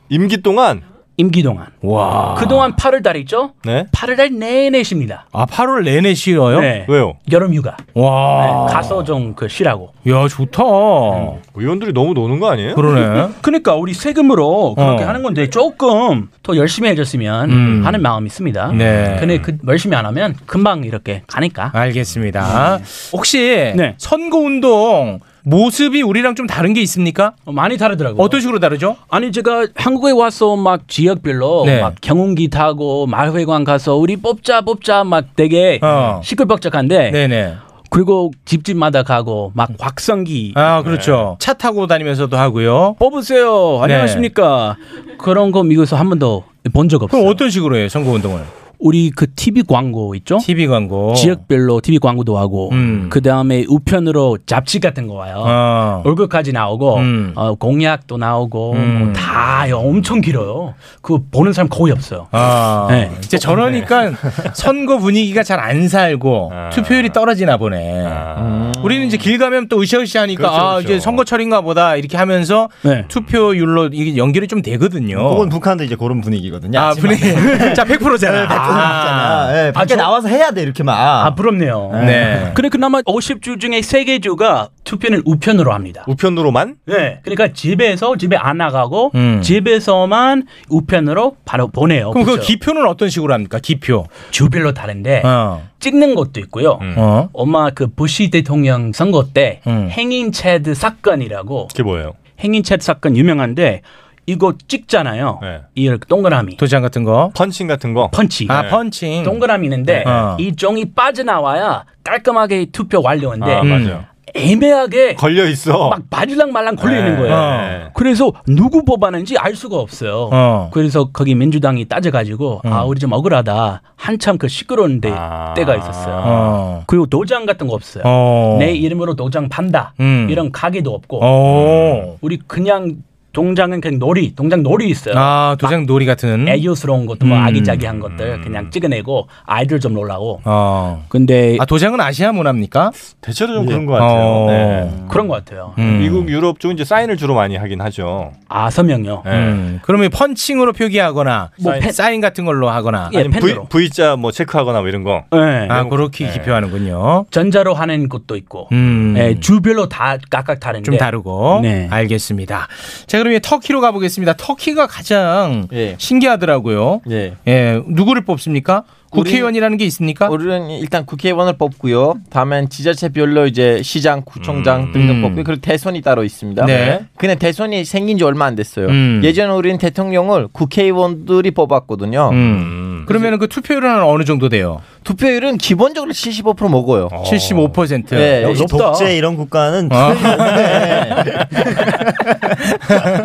I: 임기 동안
J: 임기 동안
B: 와.
J: 그동안 8월달 있죠?
I: 네.
J: 8월달 내내 쉽니다.
B: 아, 8월 내내 쉬어요?
J: 네.
I: 왜요?
J: 여름휴가
B: 와.
J: 네, 가서 좀 그 쉬라고.
B: 아. 야, 좋다.
I: 음. 의원들이 너무 노는 거 아니에요?
B: 그러네.
J: 그러니까 우리 세금으로 그렇게
B: 어.
J: 하는 건데 조금 더 열심히 해줬으면
B: 음.
J: 하는 마음이 있습니다.
B: 네.
J: 근데 그 열심히 안 하면 금방 이렇게 가니까.
B: 알겠습니다. 혹시
J: 네.
B: 선거 운동 모습이 우리랑 좀 다른 게 있습니까?
J: 어, 많이 다르더라고요.
B: 어떤 식으로 다르죠?
J: 아니 제가 한국에 와서 막 지역별로
B: 네.
J: 막 경운기 타고 마을회관 가서 우리 뽑자 뽑자 막 되게
B: 어.
J: 시끌벅적한데
B: 네네.
J: 그리고 집집마다 가고 막 곽성기 네.
B: 아, 그렇죠. 차 타고 다니면서도 하고요.
J: 뽑으세요
B: 네.
J: 안녕하십니까 그러니까 그런 거 미국에서 한 번도 본 적 없어요.
B: 그럼 어떤 식으로 해요, 선거 운동을?
J: 우리 그 TV 광고 있죠?
B: TV 광고.
J: 지역별로 TV 광고도 하고
B: 음.
J: 그 다음에 우편으로 잡지 같은 거 와요.
B: 어.
J: 얼굴까지 나오고
B: 음.
J: 어, 공약도 나오고
B: 음.
J: 뭐 다요 엄청 길어요. 그 보는 사람 거의 없어요.
B: 아,
J: 네.
B: 이제 저러니까 선거 분위기가 잘 안 살고 투표율이 떨어지나 보네. 음. 우리는 이제 길 가면 또 으쌰으쌰 하니까
I: 그렇죠,
B: 아, 이제
I: 그렇죠.
B: 선거철인가 보다 이렇게 하면서
J: 네.
B: 투표율로 이게 연결이 좀 되거든요.
J: 아,
K: 그건 북한도 이제 그런 분위기거든요.
J: 네,
B: 아, 분위기. 자, 100%잖아.
K: 아, 예, 밖에 나와서 해야 돼 이렇게만. 아,
J: 부럽네요.
K: 네.
J: 그래 그나마 50주 중에 3개주가 투표는 우편으로 합니다.
I: 우편으로만?
J: 네. 그러니까 집에서 집에 안 나가고
B: 음.
J: 집에서만 우편으로 바로 보내요. 그렇죠?
B: 그럼 그 기표는 어떤 식으로 합니까? 기표.
J: 주별로 다른데
B: 어.
J: 찍는 것도 있고요.
I: 음.
B: 어.
J: 엄마 그 부시 대통령 선거 때
B: 음.
J: 행인체드 사건이라고
I: 그게 뭐예요?
J: 행인체드 사건 유명한데 이거 찍잖아요. 이 동그라미.
B: 도장 같은 거.
I: 네. 펀칭 같은 거.
J: 펀치.
B: 아, 펀칭.
J: 동그라미 있는데
B: 어.
J: 이 종이 빠져나와야 깔끔하게 투표 완료인데
B: 음.
I: 아, 맞아요.
J: 애매하게
I: 걸려 있어.
J: 막 말랑말랑 걸려 있는
I: 네.
J: 거예요.
I: 어.
J: 그래서 누구 뽑았는지 알 수가 없어요.
I: 어.
J: 그래서 거기 민주당이 따져가지고 아 우리 좀 억울하다 한참 그 시끄러운 데, 때가 있었어요.
B: 어.
J: 그리고 도장 같은 거 없어요.
B: 어.
J: 내 이름으로 도장 판다
B: 음.
J: 이런 가게도 없고
B: 어.
J: 우리 그냥 동장은 그냥 놀이 동장 놀이 있어요.
B: 아, 도장 놀이 같은.
J: 애교스러운 것도 뭐
B: 음.
J: 아기자기한 것들 그냥 찍어내고 아이들 좀 놀라고
B: 어.
J: 근데
B: 아, 도장은 아시아 문화입니까?
I: 대체로 좀
B: 네.
I: 그런 것 같아요.
B: 어.
I: 네.
J: 그런 것 같아요.
B: 음.
I: 미국, 유럽 쪽은 이제 사인을 주로 많이 하긴 하죠. 네.
J: 아 서명요.
B: 음. 그러면 펀칭으로 표기하거나
I: 뭐
B: 사인,
I: 펜-
B: 사인 같은 걸로 하거나
I: 아니면 V, V자 뭐 체크하거나 뭐 이런 거.
J: 네.
B: 아, 그렇게 기표하는군요.
J: 전자로 하는 것도 있고
B: 음.
J: 예, 주별로 다 각각 다른데 네.
B: 좀 다르고 알겠습니다. 자 그럼 이제 터키로 가보겠습니다. 터키가 가장 신기하더라고요.
L: 예.
B: 누구를 뽑습니까? 국회의원이라는 게 있습니까?
L: 우리는 일단 국회의원을 뽑고요. 다음엔 지자체별로 이제 시장,
K: 음.
L: 구청장 등등 뽑고 그리고 대선이 따로 있습니다.
B: 음. 네.
L: 근데 대선이 생긴 지 얼마 안 됐어요.
B: 음.
L: 예전에 우리는 대통령을 국회의원들이 뽑았거든요.
B: 음. 그러면 그 투표율은 어느 정도 돼요?
L: 투표율은 기본적으로 75% 먹어요.
B: 75%.
L: 네,
K: 역시
L: 높다.
K: 독재 이런 국가는
B: 아.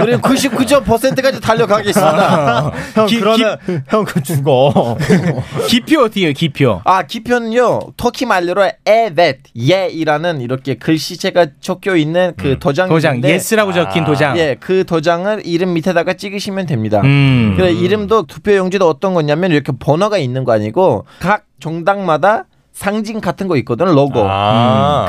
L: 우리 99.9%까지 달려가겠습니다.
K: 아. 형 그러면 형 그 죽어.
B: 기표 어떻게 해요? 기표.
L: 아 기표는요 터키 말로 에벳 예이라는 이렇게 글씨체가 적혀 있는 그 도장
B: 음. 도장, yes라고 적힌 도장.
L: 예그 도장을 이름 밑에다가 찍으시면 됩니다.
B: 음.
L: 그래 이름도 투표용지도 어떤 거냐면 이렇게 번호가 있는 거 아니고 각 정당마다 상징 같은 거 있거든 로고.
I: 아.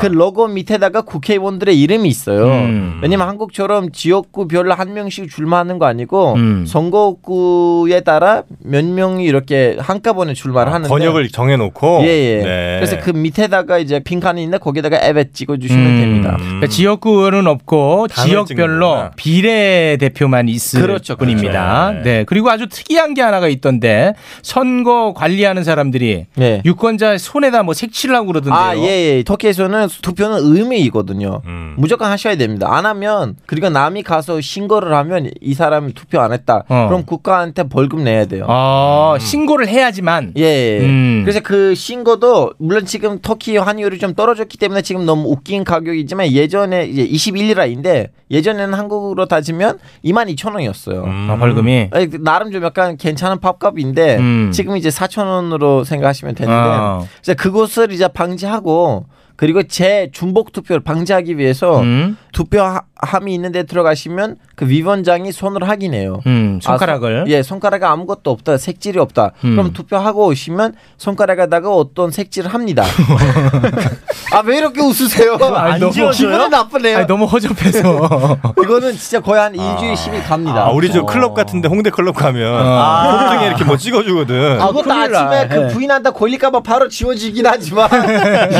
L: 음. 그 로고 밑에다가 국회의원들의 이름이 있어요.
I: 음.
L: 왜냐면 한국처럼 지역구별로 한 명씩 출마하는 거 아니고
I: 음.
L: 선거구에 따라 몇 명이 이렇게 한꺼번에 출마를 하는데
I: 아, 번역을 정해놓고.
L: 예, 예.
I: 네.
L: 그래서 그 밑에다가 이제 빈칸이 있는데 거기다가 앱에 찍어주시면
I: 음.
L: 됩니다.
B: 그러니까 지역구는 없고
L: 당을
B: 지역별로
L: 찍는구나.
B: 비례 대표만 있을
L: 그렇죠, 그렇죠.
B: 뿐입니다.
L: 네.
B: 네. 그리고 아주 특이한 게 하나가 있던데 선거 관리하는 사람들이
L: 네.
B: 유권자 손에다 뭐 색칠하고 그러던데요.
L: 아, 예, 예. 터키에서는 투표는 의무이거든요.
B: 음.
L: 무조건 하셔야 됩니다. 안 하면, 그리고 남이 가서 신고를 하면 이 사람이 투표 안 했다.
B: 어.
L: 그럼 국가한테 벌금 내야 돼요. 음.
B: 아, 신고를 해야지만.
L: 예. 예.
B: 음.
L: 그래서 그 신고도 물론 지금 터키 환율이 좀 떨어졌기 때문에 지금 너무 웃긴 가격이지만 예전에 이제 21리라인데 예전에는 한국으로 따지면 22,000원이었어요. 음.
B: 아, 벌금이?
L: 나름 좀 약간 괜찮은 팝값인데
B: 음.
L: 지금 이제 4,000원으로 생각하시면 되는데
B: 아.
L: 이제 그것을 이제 방지하고 그리고 재중복 투표를 방지하기 위해서
B: 음.
L: 투표함이 있는데 들어가시면 그 위원장이 손을 확인해요.
B: 음, 손가락을.
L: 아, 손- 예, 손가락에 아무것도 없다, 색질이 없다.
B: 음.
L: 그럼 투표하고 오시면 손가락에다가 어떤 색질을 합니다. 아 왜 이렇게 웃으세요?
B: 아니, 너무-
L: 기분이 나쁘네요.
B: 아니, 너무 허접해서.
L: 이거는 진짜 거의 한 일주일 십일 갑니다.
I: 아,
B: 어.
I: 우리 저 클럽 같은데 홍대 클럽 가면
L: 아.
I: 복등에 이렇게 뭐 찍어주거든.
L: 아, 그것도 아침에
B: 예.
L: 그 부인한테 걸릴까봐 바로 지워지긴 하지만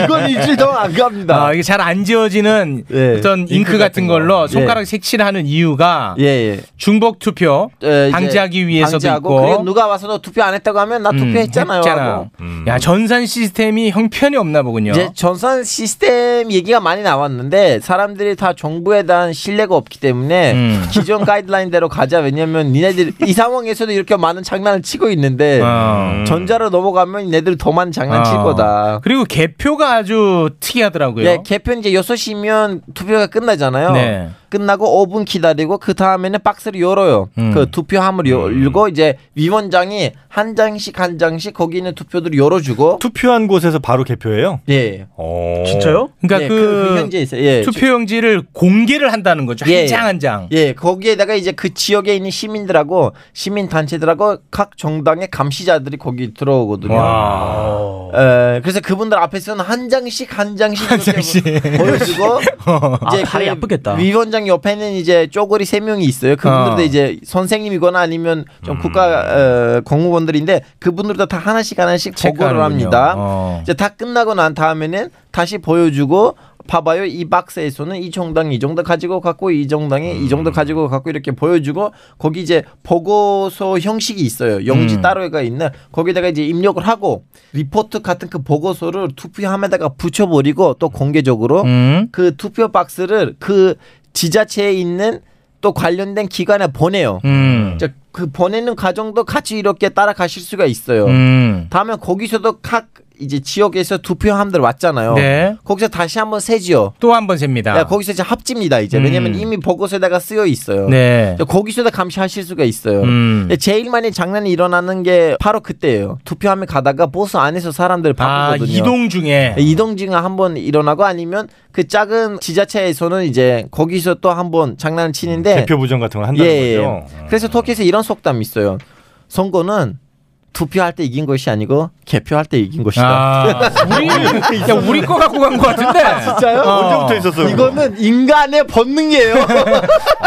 L: 이건 일주일 동안 안 갑니다.
B: 아, 이게 잘 안 지워지는 어떤 잉크,
L: 예. 잉크
B: 같은
L: 같은
B: 걸로
L: 거.
B: 손가락
L: 예.
B: 색칠하는 이유가
L: 예, 예.
B: 중복 투표
L: 예, 이제
B: 방지하기 위해서도
L: 방지하고
B: 있고.
L: 그리고 누가 와서 너 투표 안 했다고 하면 나
B: 음,
L: 투표했잖아요.
B: 했잖아.
L: 하고.
B: 야 전산 시스템이 형편이 없나 보군요.
L: 이제 전산 시스템 얘기가 많이 나왔는데 사람들이 다 정부에 대한 신뢰가 없기 때문에
B: 음.
L: 기존 가이드라인대로 가자 왜냐면 니네들 이 상황에서도 이렇게 많은 장난을 치고 있는데
B: 어.
L: 전자로 넘어가면 얘들 더 많은 장난칠
B: 어.
L: 거다.
B: 그리고 개표가 아주 특이하더라고요.
L: 네, 개편 이제 6시면 투표가 끝나잖아요.
B: 네.
L: 끝나고 5분 기다리고 그 다음에는 박스를 열어요.
B: 음.
L: 그 투표함을 열고 이제 위원장이 한 장씩 한 장씩 거기 있는 투표들을 열어주고
I: 투표한 곳에서 바로 개표해요?
L: 예.
I: 어. 진짜요?
B: 그러니까
L: 예,
B: 그,
L: 그 현재 있어요. 예.
B: 투표용지를 공개를 한다는 거죠.
L: 예.
B: 한 장 한 장.
L: 예, 거기에다가 이제 그 지역에 있는 시민들하고 시민 단체들하고 각 정당의 감시자들이 거기 들어오거든요. 에, 그래서 그분들 앞에서는 한 장씩 한 장씩 이렇게 보여주고 이제
J: 아, 다리
L: 그
J: 아프겠다.
L: 위원장 선생장 옆에는 이제 쪼그리 세 명이 있어요. 그분들도
B: 어. 음.
L: 이제 선생님이거나 아니면 좀 국가 어, 공무원들인데 그분들도 다 하나씩 하나씩 보고를
B: 체크하는군요.
L: 합니다.
B: 어.
L: 이제 다 끝나고 난 다음에는 다시 보여주고 봐봐요 이 박스에서는 이 정당 이 정도 가지고 갖고 이 정당이
B: 음.
L: 이 정도 가지고 갖고 이렇게 보여주고 거기 이제 보고서 형식이 있어요 용지
B: 음.
L: 따로가 있는 거기다가 이제 입력을 하고 리포트 같은 그 보고서를 투표함에다가 붙여버리고 또 공개적으로
B: 음.
L: 그 투표 박스를 그 지자체에 있는 또 관련된 기관에 보내요.
B: 음.
L: 이제 그 보내는 과정도 같이 이렇게 따라가실 수가 있어요.
B: 음.
L: 다음에 거기서도 각 이제 지역에서 투표함들 왔잖아요.
B: 네.
L: 거기서 다시 한번 세지요.
B: 또 한 번 셉니다.
L: 네, 거기서 이제 합집니다 이제
B: 음.
L: 왜냐면 이미 보고서에다가 쓰여 있어요.
B: 네.
L: 근데 거기서도 감시하실 수가 있어요.
B: 음.
L: 근데 제일 많이 장난이 일어나는 게 바로 그때예요. 투표함에 가다가 버스 안에서 사람들
B: 아
L: 바꾸거든요.
B: 이동 중에
L: 네, 이동 중에 한 번 일어나고 아니면 그 작은 지자체에서는 이제 거기서 또 한 번 장난을 치는데 예,
I: 대표 부정 같은 걸 한다는 거죠. 음.
L: 그래서 터키에서 이런 속담이 있어요. 선거는 투표할 때 이긴 것이 아니고 개표할 때 이긴 것이다.
B: 아, 우리 야 우리 거 갖고 간 거 같은데.
L: 아, 진짜요?
B: 언제부터 있었어요, 그거?
L: 이거는 인간의 본능이에요.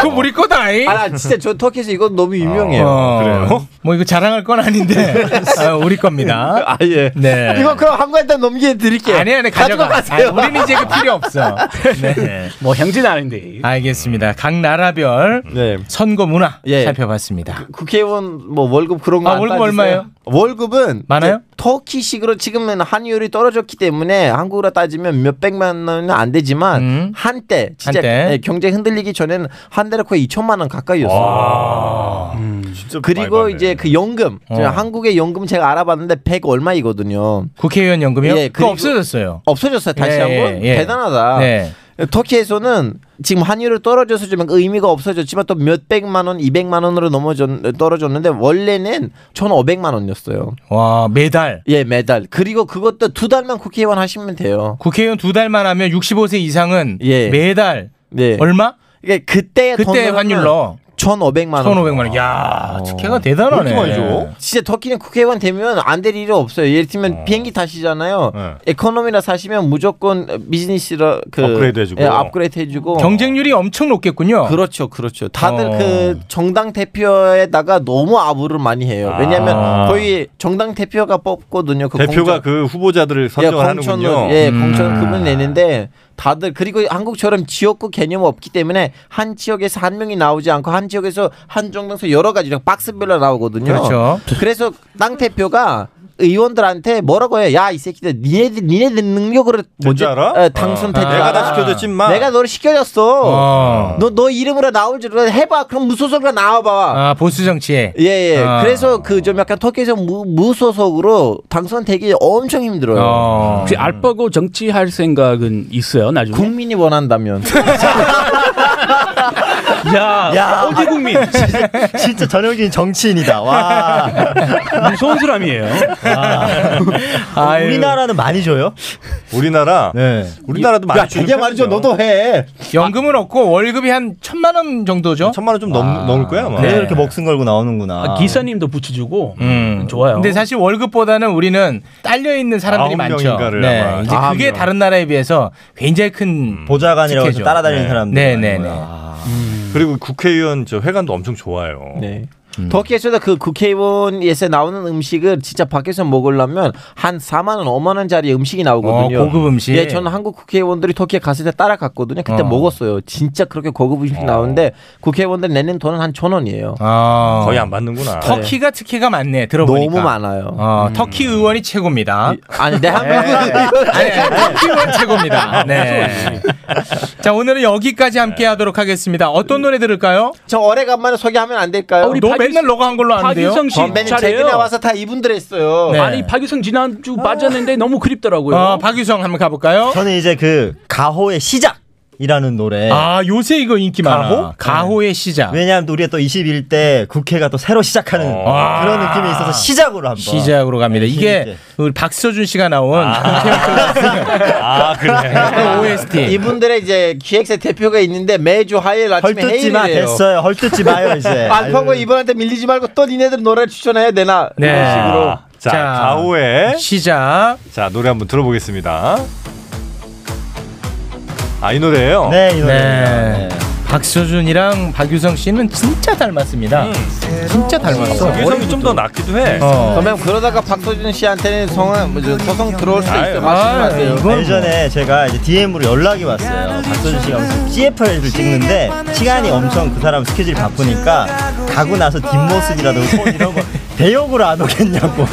B: 그거 우리 거다. 아,
L: 나 진짜 저 터키에서 이건 너무 유명해요.
B: 어, 뭐 이거 자랑할 건 아닌데 아, 우리 겁니다.
L: 아 예.
B: 네.
L: 이거 그럼 한관단 넘기게 드릴게요.
B: 아니 아니
L: 가지고
B: 가져가.
L: 가세요.
B: 아니, 우리는 이제 그 필요 없어. 네.
J: 뭐 형제는 아닌데.
B: 알겠습니다. 각 나라별
L: 네.
B: 선거 문화 살펴봤습니다.
L: 국회의원 예. 그, 뭐 월급 그런 거
B: 아,
L: 안
B: 월급
L: 따지세요?
B: 얼마예요?
L: 월급은
B: 많아요?
L: 이제 터키식으로 지금은 환율이 떨어졌기 때문에 한국으로 따지면 몇 백만 원은 안 되지만 한때 진짜
B: 음. 한때.
L: 예, 경제 흔들리기 전에는 한 달에 거의 2천만 원 가까이였어요.
B: 음.
L: 그리고 이제 그 연금
B: 어.
L: 제가 한국의 연금 제가 알아봤는데 100 얼마이거든요.
B: 국회의원 연금이요?
L: 예,
B: 그거
L: 그리고-
B: 없어졌어요.
L: 없어졌어요. 다시
B: 예,
L: 한번
B: 예, 예.
L: 대단하다.
B: 네.
L: 터키에서는 지금 환율이 떨어져서 좀 의미가 없어졌지만 또 몇백만 원, 200만 원으로 넘어졌 떨어졌는데 원래는 1,500만 원이었어요.
B: 와 매달.
L: 예, 매달. 그리고 그것도 두 달만 국회의원 하시면 돼요.
B: 국회의원 두 달만 하면 65세 이상은 매달 얼마?
L: 예. 네. 이게 그때
B: 그때 환율로
L: 1,500만 원. 어.
B: 1,500만 원. 야, 특혜가 대단하네.
L: 진짜 터키는 국회의원 되면 안 될 일이 없어요. 예를 들면 비행기 타시잖아요. 에코노미나 사시면 무조건 비즈니스라 그
B: 네. 업그레이드 해주고.
L: 예, 업그레이드
K: 어.
L: 해주고
B: 경쟁률이 엄청 높겠군요.
L: 그렇죠, 그렇죠. 다들
B: 어.
L: 그 정당 대표에다가 너무 아부를 많이 해요. 왜냐하면
I: 아.
L: 거의 정당 대표가 뽑거든요. 그
I: 대표가
L: 공천- 예,
I: 그 후보자들을 선정하는군요. 아.
L: 공천을, 예,
B: 음.
L: 공천 금을 내는데 다들 그리고 한국처럼 지역구 개념 없기 때문에 한 지역에서 한 명이 나오지 않고 한 지역에서 한 정당에서 여러 가지 그냥 박스별로 나오거든요.
B: 그렇죠.
L: 래서땅 대표가 의원들한테 뭐라고 해요? 야 이 새끼들 니네들 니네들 능력으로 뭔지 알아? 당선 대표
I: 어. 내가 다 시켜줬지, 인마.
L: 내가 너를 시켜줬어.
B: 어.
L: 너 너 이름으로 나올 줄 알아. 해봐. 그럼 무소속으로 나와봐.
B: 아 보수 정치에.
L: 예,
B: 아.
L: 그래서 그 좀 약간 터키에서 무, 무소속으로 당선되기 엄청 힘들어요.
B: 아.
J: 혹시 알바고 정치할 생각은 있어요 나중에?
L: 국민이 원한다면.
J: 야,
K: 야.
J: 어디 국민?
K: 진짜 전형적인 정치인이다. 와.
J: 무서운 사람이에요.
K: 아.
B: 아,
K: 우리나라는 많이 줘요?
I: 우리나라.
K: 네.
I: 우리나라도 많이 주는
K: 줘. 너도 해.
B: 연금은 없고 월급이 한 천만 원
K: 아,
B: 정도죠? 네.
I: 천만 원 좀 넘, 넘을 거야 아마.
K: 그래서 이렇게 목숨 걸고 나오는구나.
J: 아, 기사님도 붙여주고
B: 음.
J: 좋아요.
B: 근데 사실 월급보다는 우리는 딸려 있는 사람들이
K: 아홉
B: 많죠. 네.
K: 명인가를 아마.
B: 이제
K: 아홉
B: 그게
K: 명.
B: 다른 나라에 비해서 굉장히 큰
K: 보좌관이라고 해서 따라다니는 사람들이
B: 네네네.
I: 그리고 국회의원 저 회관도 엄청 좋아요.
L: 아. 네. 터키에서도 그 국회의원에서 나오는 음식을 진짜 밖에서 먹으려면 한 4만 원, 5만 원짜리 음식이 나오거든요.
B: 어, 고급 음식.
L: 예, 저는 한국 국회의원들이 터키에 갔을 때 따라갔거든요. 그때
B: 어.
L: 먹었어요. 진짜 그렇게 고급 음식 나오는데 국회의원들 내는 돈은 한 천 원이에요.
B: 아.
I: 거의 안 받는구나. 음.
B: 터키가 특혜가 많네. 들어보니까.
L: 너무 많아요.
B: 어, 터키 의원이 최고입니다.
L: 아니, 내 한
B: 네.
L: 명은-
B: 아니, 터키 의원 최고입니다.
I: 아,
B: 네. 자, 오늘은 여기까지
I: 네.
B: 함께 하도록 하겠습니다. 어떤 노래 들을까요?
L: 저 오래간만에 소개하면 안 될까요? 어,
B: 너 맨날 너가 한 걸로 아는데요?
J: 아, 박유성 씨
L: 맨
J: 잘해요. 네.
L: 최근에 와서 다 이분들 했어요.
J: 아니 박유성 지난주 빠졌는데 너무 그립더라고요.
B: 어, 박유성 한번 가볼까요?
K: 저는 이제 그 가호의 시작이라는 노래.
B: 아, 요새 이거 인기 많아. 가호? 의 시작.
K: 왜냐하면 또 우리가 또 21대 국회가 또 새로 시작하는
B: 아.
I: 아.
K: 그런 느낌이 있어서 시작으로 한번.
B: 시작으로 갑니다. 이게 우리 박서준 씨가 나온
I: 아
B: 그래. OST.
L: 네. 이분들의 이제 기획사 대표가 있는데 매주 화요일 아침에
K: 헐뜯지 마,
L: 회의를 해요.
K: 됐어요. 헐뜯지 마요, 이제.
L: 안파고 이번한테 밀리지 말고 또 니네들 노래 추천해야 되나
J: 네.
L: 이런 식으로.
I: 아, 자, 가오의
B: 시작.
I: 자, 노래 한번 들어보겠습니다. 아, 이 노래예요?
K: 네, 이 노래예요. 네.
B: 박서준이랑 박유성 씨는 진짜
I: 음.
B: 닮았습니다. 진짜 닮았어.
I: 유성이 좀 더 낫기도 해.
B: 어.
L: 그러면 그러다가 박서준 씨한테는 성은 뭐죠? 소송 들어올 수도
I: 아,
L: 있어요. 말씀하세요.
K: 뭐.
I: 뭐.
K: 예전에 제가 이제 DM으로 연락이 왔어요. 박서준 씨가 무슨 CF를 찍는데 시간이 엄청 그 사람 스케줄 바쁘니까 가고 나서 뒷모습이라도 폰 이런 거 대역으로 안 오겠냐고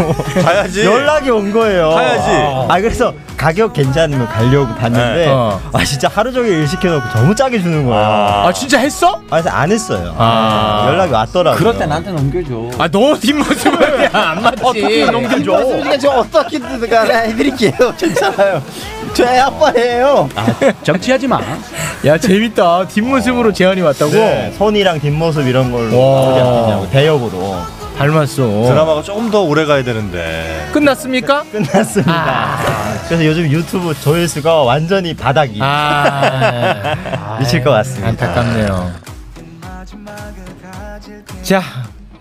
I: 가야지.
K: 연락이 온 거예요.
I: 가야지.
K: 네. 아 그래서 가격 괜찮으면 가려고 봤는데
I: 네. 어.
K: 아 진짜 하루 종일 일 시켜놓고 너무 짜게 주는 거야.
I: 아. 아,
B: 진짜 했어?
K: 아, 그래서 안 했어요.
B: 아.
K: 연락이 왔더라고.
L: 그럴 때 나한테 넘겨줘.
B: 아너 뒷모습을 안 맞지.
L: 어떻게 넘겨줘? 박서준이가 저 어떻게든 간에 해드릴게요. 괜찮아요. 제 아빠예요.
J: 정치하지 마.
B: 야 재밌다. 뒷모습으로 재현이 왔다고.
K: 네, 손이랑 뒷모습 이런 걸로 어디 안 되냐고 대역으로
B: 닮았어.
I: 드라마가 조금 더 오래 가야 되는데.
B: 끝났습니까?
K: 끝났습니다. 그래서 요즘 유튜브 조회수가 완전히 바닥이 미칠 것 같습니다.
B: 아. 안타깝네요. 자,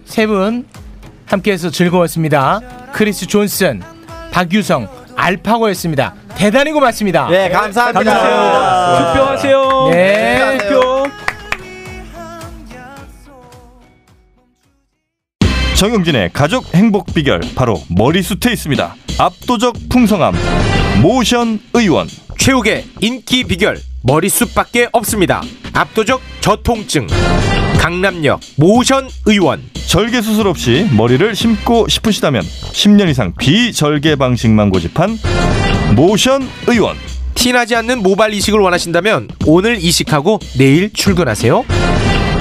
B: 세 분 함께해서 즐거웠습니다. 크리스 존슨, 박유성, 알파고였습니다. 대단히 고맙습니다.
L: 네, 감사합니다. 감사합니다.
J: 투표하세요.
B: 네,
J: 투표.
I: 정용진의 가족 행복 비결 바로 머리숱에 있습니다. 압도적 풍성함 모션 의원
M: 최욱의 인기 비결 머리숱밖에 없습니다. 압도적 저통증 강남역 모션 의원
I: 절개 수술 없이 머리를 심고 싶으시다면 10년 이상 비절개 방식만 고집한 모션 의원
M: 티나지 않는 모발 이식을 원하신다면 오늘 이식하고 내일 출근하세요.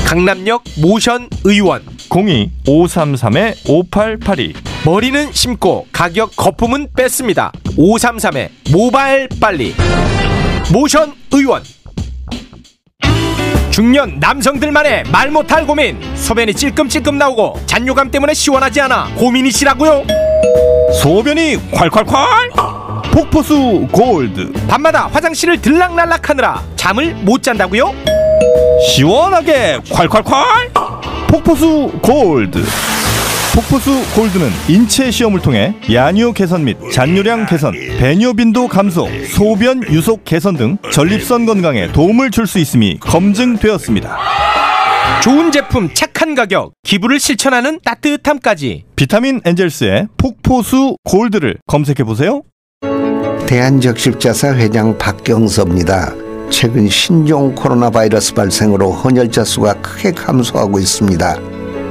M: 강남역 모션 의원
I: 02-533-5882
M: 머리는 심고 가격 거품은 뺐습니다. 533의 모발 빨리 모션 의원 중년 남성들만의 말 못할 고민 소변이 찔끔찔끔 나오고 잔뇨감 때문에 시원하지 않아 고민이시라고요?
I: 소변이 콸콸콸 폭포수 골드
M: 밤마다 화장실을 들락날락하느라 잠을 못 잔다고요?
I: 시원하게 콸콸콸 폭포수 골드 폭포수 골드는 인체 시험을 통해 야뇨 개선 및 잔뇨량 개선, 배뇨 빈도 감소, 소변 유속 개선 등 전립선 건강에 도움을 줄 수 있음이 검증되었습니다.
M: 좋은 제품 착한 가격 기부를 실천하는 따뜻함까지
I: 비타민 엔젤스의 폭포수 골드를 검색해 보세요.
N: 대한적십자사 회장 박경서입니다. 최근 신종 코로나 바이러스 발생으로 헌혈자 수가 크게 감소하고 있습니다.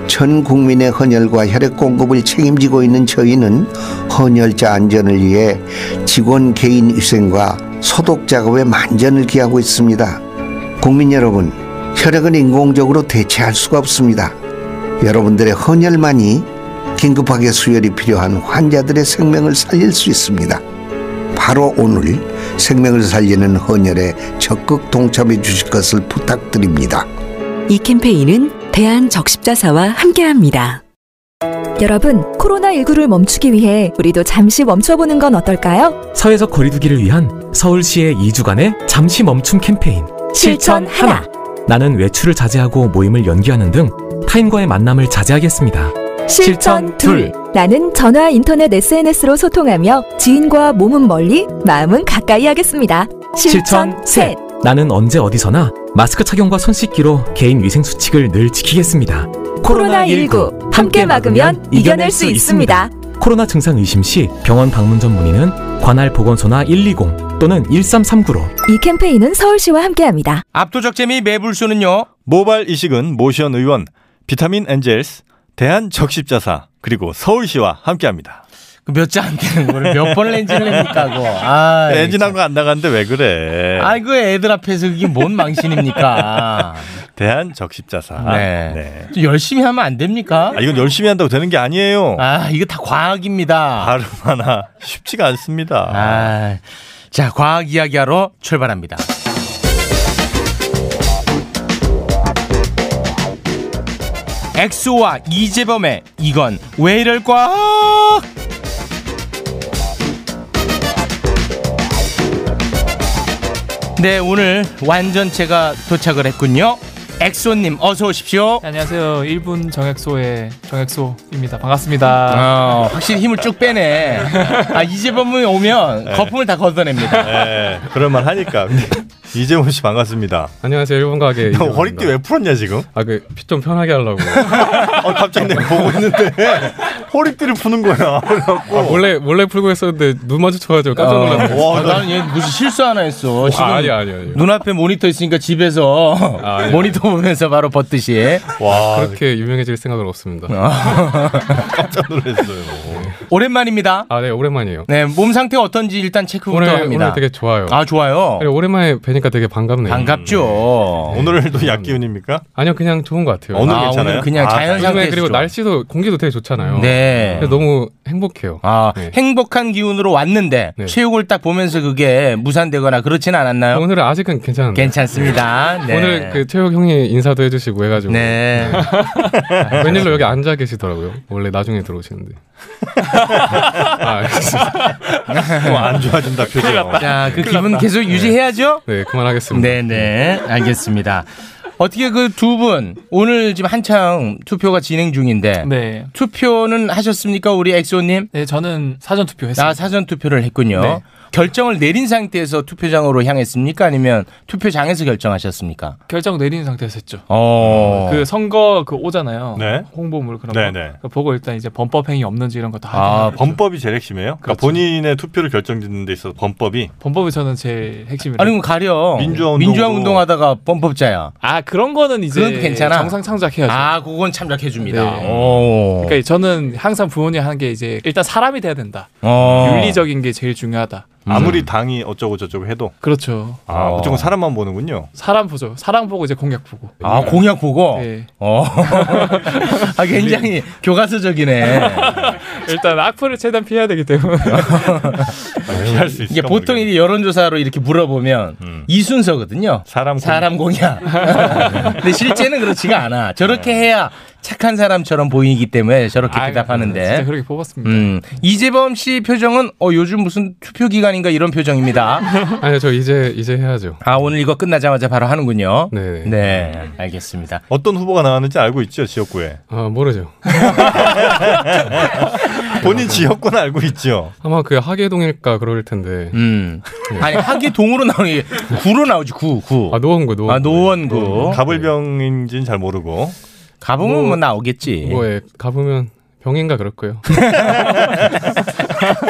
N: 전 국민의 헌혈과 혈액 공급을 책임지고 있는 저희는 헌혈자 안전을 위해 직원 개인 위생과 소독 작업에 만전을 기하고 있습니다. 국민 여러분, 혈액은 인공적으로 대체할 수가 없습니다. 여러분들의 헌혈만이 긴급하게 수혈이 필요한 환자들의 생명을 살릴 수 있습니다. 바로 오늘 생명을 살리는 헌혈에 적극 동참해 주실 것을 부탁드립니다.
H: 이 캠페인은 대한적십자사와 함께합니다.
O: 여러분, 코로나19를 멈추기 위해 우리도 잠시 멈춰보는 건 어떨까요?
P: 사회적 거리두기를 위한 서울시의 2주간의 잠시 멈춤 캠페인
O: 실천 하나.
P: 나는 외출을 자제하고 모임을 연기하는 등 타인과의 만남을 자제하겠습니다.
O: 실천 둘. 나는 전화, 인터넷, SNS로 소통하며 지인과 몸은 멀리, 마음은 가까이 하겠습니다. 실천 셋.
P: 나는 언제 어디서나 마스크 착용과 손 씻기로 개인 위생 수칙을 늘 지키겠습니다.
O: 코로나19 함께 막으면 이겨낼 수 있습니다.
P: 코로나 증상 의심 시 병원 방문 전 문의는 관할 보건소나 120 또는 1339로
O: 이 캠페인은 서울시와 함께합니다.
M: 압도적 재미 매불쇼는요.
I: 모발 이식은 모션 의원, 비타민 엔젤스, 대한적십자사 그리고 서울시와 함께합니다.
B: 그 몇 자 안 되는 거를 몇 번 렌즈를 했니까 고 아,
I: 네, 엔진 한거 안 나갔는데 왜 그래?
B: 아이고 애들 앞에서 그게 뭔 망신입니까?
I: 대한적십자사.
B: 네.
I: 네.
B: 좀 열심히 하면 안 됩니까?
I: 아, 이건 열심히 한다고 되는 게 아니에요.
B: 아, 이거 다 과학입니다. 아,
I: 발음 하나 쉽지가 않습니다.
B: 자, 과학 이야기하러 출발합니다. 엑소와 이재범의 이건 왜 이럴까? 네, 오늘 완전체가 도착을 했군요. 엑소님 어서 오십시오.
Q: 안녕하세요. 1분 정액소의 정액소입니다. 반갑습니다.
B: 어, 확실히 힘을 쭉 빼네. 아 이재범이 오면 거품을 다 걷어냅니다.
I: 그런 말 하니까. 이재훈 씨 반갑습니다.
R: 안녕하세요 일본 가게
I: 너 허리띠 왜 풀었냐 지금?
R: 아 그 좀 편하게 하려고
I: 아, 갑자기 내가 보고 있는데 허리띠를 푸는 거야.
R: 아, 원래 원래 풀고 했었는데 눈 마주쳐가지고 깜짝 놀랐어요
B: 와, 아, 나는 얘 무슨 실수 하나 했어.
R: 아,
B: 지금
R: 아니야, 아니야, 아니야.
B: 눈앞에 모니터 있으니까 집에서
R: 아니야.
B: 모니터 보면서 바로 벗듯이. 아.
R: 그렇게 유명해질 생각은 없습니다
I: 깜짝 놀랐어요
B: 오랜만입니다.
R: 아 네 오랜만이에요
B: 네, 몸 상태 어떤지 일단 체크부터
R: 오늘
B: 합니다.
R: 오늘 되게 좋아요
B: 아, 좋아요.
R: 네, 오랜만에 뵈니까 되게 반갑네요 음. 네.
B: 반갑죠
I: 오늘도 약 기운입니까?
R: 아니요 그냥 좋은 것 같아요
I: 오늘 아, 괜찮아요? 오늘 그냥 자연
R: 요즘에
I: 상태에서
R: 그리고
I: 좋아.
R: 날씨도 공기도 되게 좋잖아요
B: 네.
R: 그래서 너무 네. 행복해요
B: 아 행복한 기운으로 왔는데 체육을 딱 보면서 그게 무산되거나 그렇진 않았나요?
R: 오늘은 아직은 괜찮은데.
B: 괜찮습니다. 네.
R: 오늘 그 체육 형이 인사도 해주시고 해가지고
B: 네.
R: 웬일로 여기 앉아 계시더라고요. 원래 나중에 들어오시는데. 아,
I: 안 좋아진다 표정.
B: 자, 그 기분 계속 유지해야죠.
R: 네, 그만하겠습니다.
B: 네, 네, 알겠습니다. 어떻게 그 두 분 오늘 지금 한창 투표가 진행 중인데
Q: 네.
B: 투표는 하셨습니까, 우리 엑소님?
Q: 네, 저는 사전 투표했습니다.
B: 아, 사전 투표를 했군요.
Q: 네.
B: 결정을 내린 상태에서 투표장으로 향했습니까? 아니면 투표장에서 결정하셨습니까?
Q: 결정 내린 상태에서 했죠.
B: 어.
Q: 그 선거 그 오잖아요.
I: 네.
Q: 홍보물 그런
I: 네,
Q: 거.
I: 네.
Q: 그거 보고 일단 이제 범법 행위 없는지 이런 거다
I: 아 범법이 제일 핵심이에요? 그러니까
R: 그렇죠.
I: 본인의 투표를 결정짓는 데 있어서 범법이
Q: 범법이 저는 제일 핵심이라.
B: 아니 그럼 가려.
I: 민주화 운동으로.
B: 어. 운동하다가 범법자야.
Q: 아 그런 거는 이제
B: 그건 괜찮아.
Q: 정상 창작해야죠.
B: 아, 그건 참작해 줍니다.
Q: 그러니까 저는 항상 부모님 하는 게 이제 일단 사람이 돼야 된다.
B: 어.
Q: 윤리적인 게 제일 중요하다.
B: 음.
I: 아무리 당이 어쩌고 저쩌고 해도
Q: 그렇죠.
B: 어.
I: 아 무조건 사람만 보는군요.
Q: 사람 보죠. 사람 보고 이제 공약 보고. 네.
B: 아 공약 보고. 어. 아 굉장히 교과서적이네.
Q: 일단 악플을 최대한 피해야 되기 때문에.
I: 피할 수
B: 이게 보통 이 여론조사로 이렇게 물어보면 이 순서거든요. 사람 공약. 근데 실제는 그렇지가 않아. 저렇게 해야 착한 사람처럼 보이기 때문에 저렇게 대답하는데.
Q: 진짜 그렇게 뽑았습니다.
B: 음, 이재범 씨 표정은 어 요즘 무슨 투표 기간인가 이런 표정입니다.
R: 아니요, 저 이제 이제 해야죠.
B: 아 오늘 이거 끝나자마자 바로 하는군요.
R: 네.
B: 네, 알겠습니다.
I: 어떤 후보가 나왔는지 알고 있죠 지역구에
R: 아 모르죠.
I: 본인 지역구는 알고 있죠.
R: 아마 그 하계동일까 그럴 텐데. 네.
B: 음. 아니 하계 동으로 나오니 구로 나오지 구 구.
R: 아 노원구 노원구.
B: 아
I: 음,
B: 노원구.
I: 가불병인지는 잘 모르고.
B: 가보면 뭐, 나오겠지.
R: 뭐에 가보면 병인가 그럴 거예요.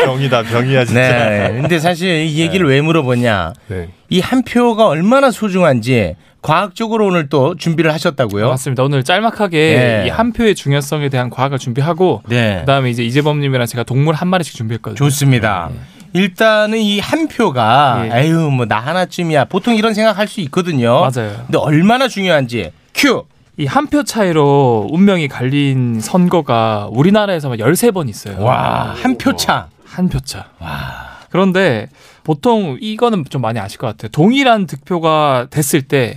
I: 병이다 병이야 진짜.
B: 네. 근데 사실 이 얘기를 왜 물어보냐.
R: 네.
B: 이 한 표가 얼마나 소중한지 과학적으로 오늘 또 준비를 하셨다고요.
Q: 맞습니다. 오늘 짤막하게
B: 네.
Q: 이 한 표의 중요성에 대한 과학을 준비하고
B: 네.
Q: 그다음에 이제 이재범님이랑 제가 동물 한 마리씩 준비했거든요. 네.
B: 좋습니다. 일단은 이 한 표가 에휴 뭐 나 하나쯤이야 보통 이런 생각할 수 있거든요.
Q: 예. 맞아요.
B: 근데 얼마나 중요한지 큐.
Q: 이 한 표 차이로 운명이 갈린 선거가 우리나라에서만 13번 있어요.
B: 와, 한 표 차.
Q: 한 표 차. 그런데 보통 이거는 좀 많이 아실 것 같아요. 동일한 득표가 됐을 때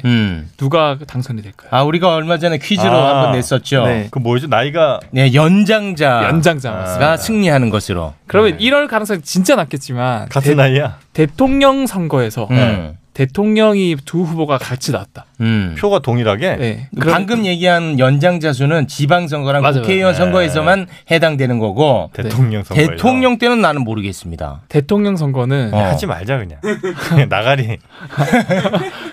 Q: 누가 당선이 될까요?
B: 음. 아 우리가 얼마 전에 퀴즈로
Q: 음. 아,
B: 한번 냈었죠.
Q: 네.
I: 그 뭐죠 나이가
B: 네 연장자.
Q: 연장자,
B: 가 승리하는 것으로.
Q: 그러면 이럴 가능성이 진짜 낮겠지만
I: 같은 나이야.
Q: 대통령 선거에서
B: 음.
Q: 대통령이 두 후보가 같이 나왔다. 네.
B: 음. 그
I: 표가 동일하게.
B: 방금 얘기한 연장자 수는 지방선거랑
Q: 맞아요.
B: 국회의원
Q: 네.
B: 선거에서만 해당되는 거고
I: 대통령
B: 네.
I: 선거에서. 네,
B: 대통령 때는 나는 모르겠습니다.
Q: 대통령
B: 어.
Q: 선거는
I: 하지 말자 그냥. 그냥 나가리.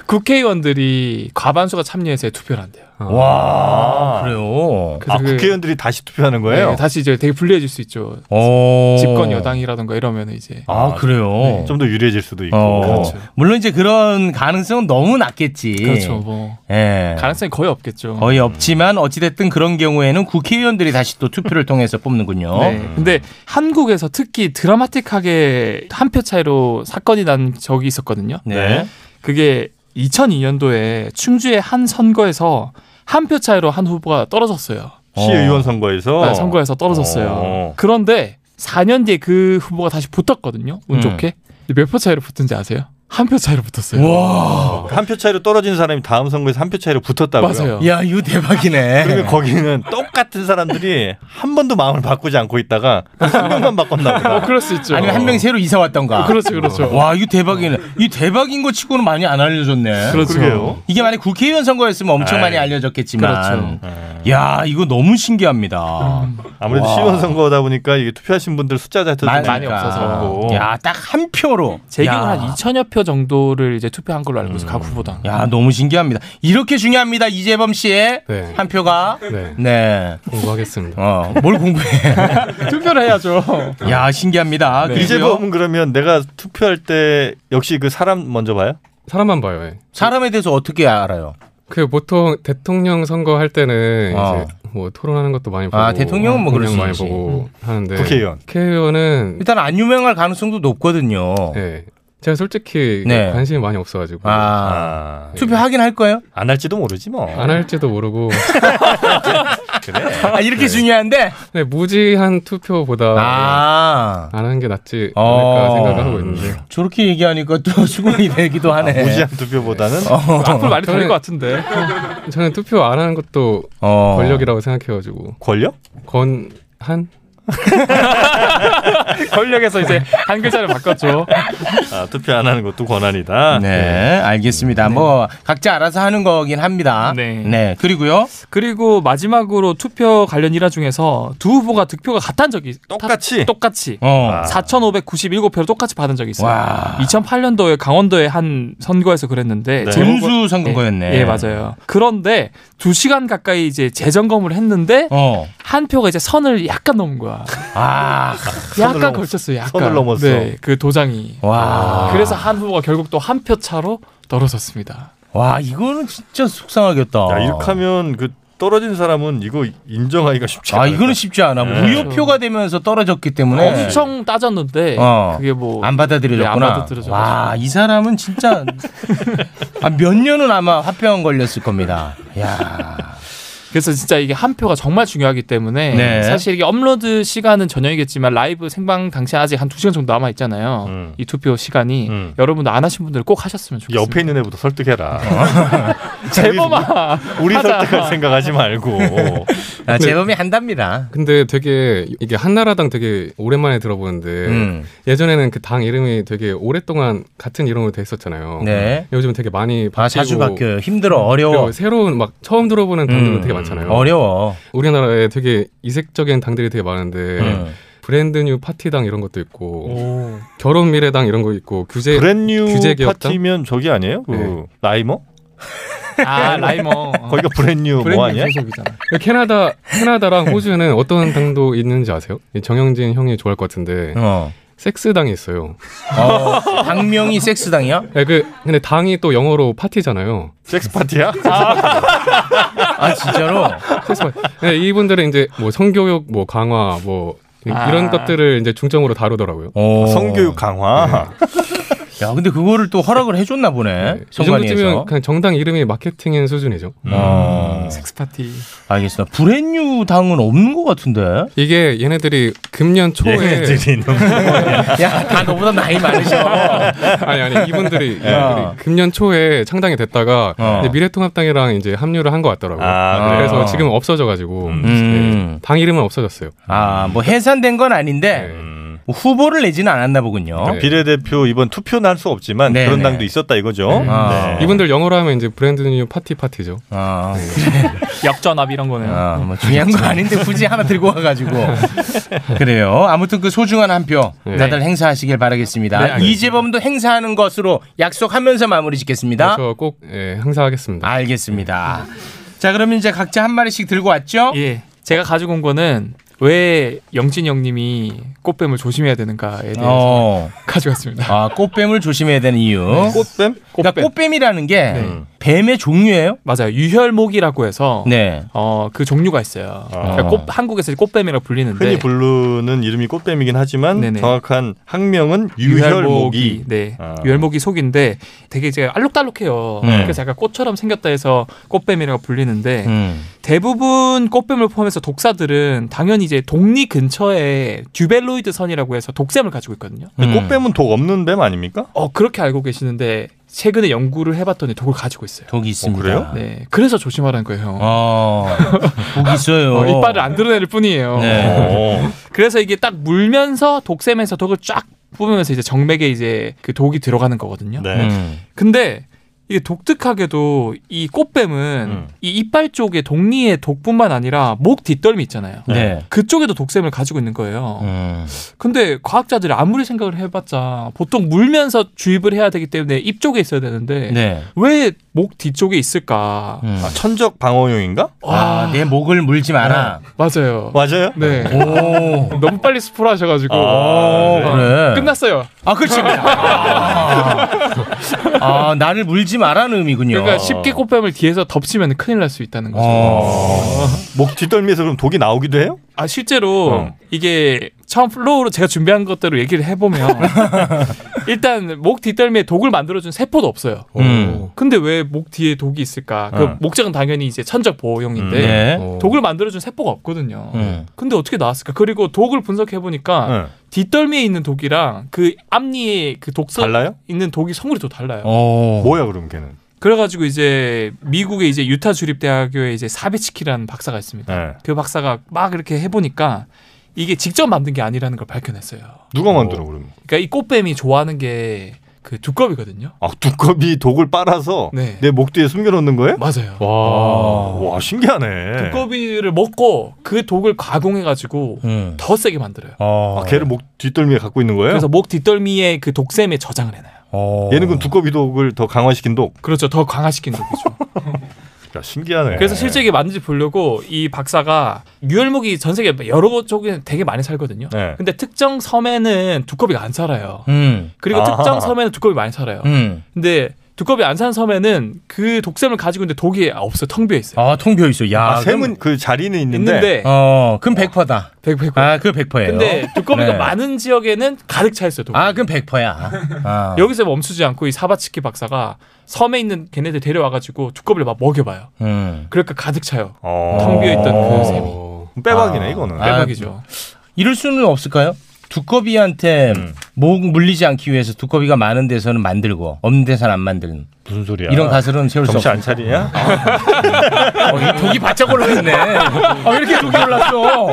Q: 국회의원들이 과반수가 참여해서 투표를 한대요.
I: 어.
B: 와 그래요.
I: 아 국회의원들이 다시 투표하는 거예요?
Q: 네, 다시 이제 되게 불리해질 수 있죠.
B: 오.
Q: 집권 여당이라던가 이러면 이제
B: 어. 아, 그래요.
Q: 네.
I: 좀 더 유리해질 수도 있고.
B: 어.
Q: 그렇죠.
B: 물론 이제 그런 가능성은 너무 낮겠지.
Q: 그렇죠. 뭐
B: 예.
Q: 가능성이 거의 없겠죠.
B: 거의 없지만 어찌됐든 그런 경우에는 국회의원들이 다시 또 투표를 통해서
I: 어?
B: 뽑는군요.
Q: 네. 근데 한국에서 특히 드라마틱하게 한 표 차이로 사건이 난 적이 있었거든요.
B: 네.
Q: 그게 2002년도에 충주의 한 선거에서 한 표 차이로 한 후보가 떨어졌어요.
I: 시의원 선거에서
Q: 네, 선거에서 떨어졌어요.
I: 어.
Q: 그런데 4년 뒤에 그 후보가 다시 붙었거든요. 운
I: 음.
Q: 좋게. 몇 표 차이로 붙은지 아세요? 한 표 차이로 붙었어요.
I: 한 표 차이로 떨어진 사람이 다음 선거에서 한 표 차이로 붙었다고요.
Q: 맞아요.
B: 야, 이거 대박이네.
I: 그러면 거기는 똑같은 사람들이 한 번도 마음을 바꾸지 않고 있다가 한 명만 바꿨나 보다.
Q: 그럴 수 있죠.
B: 아니면 한 명 새로 이사 왔던가.
I: 어, 그렇죠, 그렇죠.
B: 와, 이거 대박이네. 이 대박인 거 치고는 많이 안 알려졌네.
I: 그렇죠. 그러게요.
B: 이게 만약 국회의원 선거였으면
I: 아이,
B: 엄청
I: 예.
B: 많이 알려졌겠지만. 예.
I: 그렇죠. 음.
B: 야, 이거 너무 신기합니다.
I: 아무래도
B: 와.
I: 시의원 선거다 보니까 이게 투표하신 분들 숫자 자체도 좀
B: 많으니까.
I: 없고.
B: 야, 네. 그러니까. 딱 한 표로.
Q: 제
B: 야. 음.
Q: 기억은 한 2천여 표 정도를 이제 투표한 걸로 알고 있어요. 각 후보당.
B: 야 너무 신기합니다. 이렇게 중요합니다. 이재범 씨의 한 표가 네.
R: 공부하겠습니다.
B: 어, 뭘 공부해?
Q: 투표를 해야죠.
B: 야 신기합니다. 그리고요.
I: 네, 이재범은 그러면 내가 투표할 때 역시 그 사람 먼저 봐요?
R: 사람만 봐요. 예.
B: 사람에 대해서 어떻게 알아요?
R: 그 보통 대통령 선거 할 때는
B: 어.
R: 이제 뭐 토론하는 것도 많이 보고
B: 아, 대통령은 뭐 그럴
R: 대통령
B: 수
R: 많이
B: 있지.
R: 보고 하는데
B: 국회의원.
R: 국회의원은
B: 일단 안 유명할 가능성도 높거든요.
R: 네. 제가 솔직히
B: 네.
R: 네. 그 관심이 많이 없어가지고
B: 아. 투표하긴 할 거예요?
I: 안 할지도 모르지 뭐.
R: 안 할지도 모르고
B: 아, 이렇게 중요한데
R: 네, 무지한 투표보다 안 하는 게 낫지 않을까
B: 아. 어.
R: 생각을 하고 있는데
B: 저렇게 얘기하니까 또 수긍이 되기도 하네. 어.
R: 무지한
I: 투표보다는
R: 아, 앞으로 많이
Q: 아, 저는-
R: 들릴 것 같은데 저는 투표 안 하는 것도
B: 어.
R: 권력이라고 생각해가지고
I: 권력?
R: 권한? 권력에서 이제 한 글자를 바꿨죠.
I: 아, 투표 안 하는 것도 권한이다.
B: 네,
I: 네.
B: 알겠습니다. 뭐 각자 알아서 하는 거긴 합니다.
Q: 네.
B: 그리고요.
Q: 그리고 마지막으로 투표 관련 일화 중에서 두 후보가 득표가 같은 적이 똑같이 똑같이
B: 어.
Q: 4,597표를 똑같이 받은 적이 있어요.
B: 와.
Q: 2008년도에 강원도의 한 선거에서 그랬는데
B: 네.
Q: 재보궐-
B: 군수 선거였네.
Q: 예, 예, 맞아요. 그런데 두 시간 가까이 이제 재점검을 했는데 한 표가 이제 선을 약간 넘은 거야.
B: 어. 아,
Q: 약간 걸쳤어요. 약간
R: 선을 넘었어.
Q: 네, 그 도장이.
B: 와.
Q: 그래서 한 후보가 결국 또 한 표 차로 떨어졌습니다.
B: 와 이거는 진짜 속상하겠다.
I: 야, 이렇게 하면 그 떨어진 사람은 이거 인정하기가 쉽지 않아.
B: 아 이거는 쉽지 않아.
I: 네.
B: 무효표가 되면서 떨어졌기 때문에
Q: 엄청 따졌는데
I: 네.
Q: 그게 뭐
B: 안 받아들여졌구나.
Q: 네, 안 받아들여져가지고.
B: 어, 와, 이 사람은 진짜 아, 몇 년은 아마 화병 걸렸을 겁니다. 야.
Q: 그래서 진짜 이게 한 표가 정말 중요하기 때문에
B: 네.
Q: 사실 이게 업로드 시간은 저녁이겠지만 라이브 생방 당시 아직 한 두 시간 정도 남아 있잖아요.
R: 음.
Q: 이 투표 시간이 여러분도 안 하신 분들 꼭 하셨으면 좋겠습니다. 어.
I: 옆에 있는 애부터 설득해라.
Q: 제범아
I: 우리
Q: 하자.
I: 설득할 생각하지 말고.
B: 아, 재범이 한답니다.
R: 근데 되게 이게 한나라당 되게 오랜만에 들어보는데
B: 음.
R: 예전에는 그 당 이름이 되게 오랫동안 같은 이름으로 돼 있었잖아요.
B: 네.
R: 요즘 은 되게 많이 바뀌고 음,
B: 아, 자주 바뀌어요. 힘들어, 어려워.
R: 그리고 새로운 막 처음 들어보는 당들은
B: 음,
R: 되게 많잖아요.
B: 어려워.
R: 우리나라에 되게 이색적인 당들이 되게 많은데
B: 음.
R: 브랜드뉴 파티당 이런 것도 있고 결혼 미래당 이런 거 있고 규제
I: 브랜뉴
R: 규제 기업당?
I: 파티면 저기 아니에요? 그
R: 네.
I: 라이머?
Q: 아
R: 어.
Q: 라이머
I: 거기가 브랜뉴 뭐 아니야?
R: 캐나다 캐나다랑 호주는 어떤 당도 있는지 아세요? 이 정영진 형이 좋아할 것 같은데 섹스당이 있어요.
B: 어, 당명이 섹스당이야?
R: 네, 그 근데 당이 또 영어로 파티잖아요.
I: 섹스 파티야?
B: 아 진짜로?
R: 네, 이분들은 이제 뭐 성교육 뭐 강화 뭐 이런
B: 아.
R: 것들을 이제 중점으로 다루더라고요.
I: 성교육 강화.
B: 네. 야, 근데 그거를 또 허락을 해줬나 보네.
R: 이 정도쯤이면
B: 성관위에서.
R: 그냥 정당 이름이 마케팅인 수준이죠. 음.
B: 아.
Q: 섹스파티.
B: 알겠습니다. 브랜뉴 당은 없는 것 같은데.
R: 이게 얘네들이 금년 초에
B: 얘네들이 야, 다 너보다 나이 많으셔.
R: 아니 아니 이분들이, 이분들이
B: 어.
R: 그 금년 초에 창당이 됐다가 이제 미래통합당이랑 이제 합류를 한 것 같더라고요.
B: 아, 그래요?
R: 그래서 지금 없어져가지고
B: 음.
R: 네, 당 이름은 없어졌어요.
B: 아, 뭐 해산된 건 아닌데 뭐 후보를 내지는 않았나
C: 어?
B: 보군요.
R: 네.
I: 비례대표 이번 투표는 할 수 없지만
B: 네,
I: 그런
B: 네.
I: 당도 있었다 이거죠.
B: 음. 아.
I: 네.
R: 이분들 영어로 하면 이제 브랜드뉴 파티 파티죠. 네.
B: 아,
Q: 역전압 이런 거네요.
B: 아, 뭐 중요한 거 아닌데 굳이 하나 들고 와가지고 그래요. 아무튼 그 소중한 한 표 다들 행사하시길
R: 네,
B: 바라겠습니다.
R: 알겠습니다.
B: 이재범도 행사하는 것으로 약속하면서 마무리
Q: 네,
B: 짓겠습니다.
R: 저 꼭
Q: 예,
R: 행사하겠습니다.
B: 알겠습니다. 자, 그러면 이제 각자 한 마리씩 들고 왔죠?
Q: 예. 제가 가지고 온 거는 왜 영진 형님이 꽃뱀을 조심해야 되는가에 대해서
B: 어.
Q: 네, 가져왔습니다.
B: 아, 꽃뱀을 조심해야 되는 이유.
Q: 네.
I: 꽃뱀?
B: 그러니까 꽃뱀이라는 게 뱀의 종류예요?
Q: 맞아요. 유혈목이라고 해서
B: 네.
Q: 어, 그 종류가 있어요. 그러니까 꽃, 한국에서 꽃뱀이라고 불리는데
I: 흔히 부르는 이름이 꽃뱀이긴 하지만
Q: 네. 네네.
I: 정확한 학명은
Q: 유혈목이
I: 유혈목이.
Q: 네 유혈목이 속인데 되게 제가 알록달록해요.
I: 네.
Q: 그래서 약간 꽃처럼 생겼다 해서 꽃뱀이라고 불리는데
B: 음.
Q: 대부분 꽃뱀을 포함해서 독사들은 당연히 이제 독리 근처에 듀벨로이드 선이라고 해서 독샘을 가지고 있거든요.
I: 근데
B: 음.
I: 꽃뱀은 독 없는 뱀 아닙니까?
Q: 어 그렇게 알고 계시는데 최근에 연구를 해봤더니 독을 가지고 있어요.
B: 독이 있습니다.
I: 그래요?
Q: 네, 그래서 조심하라는 거예요. 형.
B: 어, 독 있어요.
Q: 어, 이빨을 안 드러낼 뿐이에요.
B: 네.
I: 어.
Q: 그래서 이게 딱 물면서 독샘에서
I: 네.
Q: 독을 쫙 뿜으면서 이제 정맥에 이제 그 독이 들어가는 거거든요.
B: 네. 음.
Q: 근데 이게 독특하게도 이 꽃뱀은 이 이빨 쪽에 독리의 독뿐만 아니라 목 뒷덜미 있잖아요.
B: 네.
Q: 그쪽에도 독샘을 가지고 있는 거예요. 근데 과학자들이 아무리 생각을 해봤자 보통 물면서 주입을 해야 되기 때문에 입 쪽에 있어야 되는데
B: 네.
Q: 왜 목 뒤쪽에 있을까?
C: 아,
Q: 네.
C: 천적 방어용인가?
B: 아, 내 목을 물지 마라.
Q: 맞아요.
C: 맞아요?
Q: 네.
B: 오.
Q: 너무 빨리 스포를 하셔가지고.
B: 아,
Q: 네.
B: 그래.
Q: 끝났어요.
B: 아, 그렇지. 아, 나를 물지 말라는 의미군요.
Q: 그러니까 쉽게 꽃뱀을 뒤에서 덮치면 큰일 날 수 있다는 거죠.
C: 아.
Q: 어.
C: 목 뒷덜미에서 그럼 독이 나오기도 해요? 어.
Q: 아 실제로 이게 처음 플로우로 제가 준비한 것대로 얘기를 해보면 일단 목 뒷덜미에 독을 만들어준 세포도 없어요.
B: 음.
Q: 근데 왜 목 뒤에 독이 있을까? 그
B: 어.
Q: 목장은 당연히 이제 천적 보호용인데
B: 음, 네.
Q: 독을 만들어준 세포가 없거든요.
B: 음.
Q: 근데 어떻게 나왔을까? 그리고 독을 분석해 보니까
C: 네.
Q: 뒷덜미에 있는 독이랑 그 앞니에 그 독성
C: 달라요? 어.
Q: 있는 독이 성분이 또 달라요.
C: 뭐야 그럼 걔는?
Q: 그래가지고 이제 미국의 이제 유타 주립 대학교에 이제 사비치키라는 박사가 있습니다.
C: 네.
Q: 그 박사가 막 이렇게 해보니까 이게 직접 만든 게 아니라는 걸 밝혀냈어요.
C: 누가 만들어 그러면?
Q: 그러니까 이 꽃뱀이 좋아하는 게 그 두꺼비거든요.
C: 아 두꺼비 독을 빨아서
Q: 네.
C: 내 목 뒤에 숨겨놓는 거예요?
Q: 맞아요.
C: 와, 와 신기하네.
Q: 두꺼비를 먹고 그 독을 가공해가지고
C: 음.
Q: 더 세게 만들어요.
C: 아, 걔를 목 뒷덜미에 갖고 있는 거예요?
Q: 그래서 목 뒷덜미에 그 독샘에 저장을 해놔요.
C: 얘는 그 두꺼비 독을 더 강화시킨 독.
Q: 어. 그렇죠. 더 강화시킨 독이죠.
C: 야, 신기하네.
Q: 그래서 실제 이게 맞는지 보려고 이 박사가 유혈목이 전 세계 여러 곳 쪽에 되게 많이 살거든요.
B: 네.
Q: 근데 특정 섬에는 두꺼비가 안 살아요.
B: 음.
Q: 그리고
B: 아하.
Q: 특정 섬에는 두꺼비 많이 살아요.
B: 음.
Q: 근데 두꺼비 안 사는 섬에는 그 독샘을 가지고 있는데 독이 없어 텅 비어 있어요.
B: 아, 통 비어 있어. 야.
Q: 아, 샘은
C: 그 자리는
Q: 있는데.
B: 어, 그럼 100%다.
Q: 100%.
B: 아, 그 100%예요. 네.
Q: 근데 두꺼비가 많은 지역에는 가득 차 있어요. 독이.
B: 아, 그럼 100%야. 아.
Q: 여기서 멈추지 않고 이 사바치키 박사가 섬에 있는 걔네들 데려와가지고 두꺼비를 막 먹여봐요.
B: 음.
Q: 그러니까 가득 차요. 텅 비어 있던 그 샘이.
B: 아.
Q: 빼박이죠.
B: 아, 이럴 수는 없을까요? 두꺼비한테
C: 음.
B: 목 물리지 않기 위해서 두꺼비가 많은 데서는 만들고 없는 데서는 안 만드는
C: 무슨 소리야?
B: 이런 가설은 세울 수
C: 정신
B: 없어.
C: 안 차리냐?
B: 어, 이 독이 바짝 올라 있네. 아, 왜 이렇게 독이 올랐어?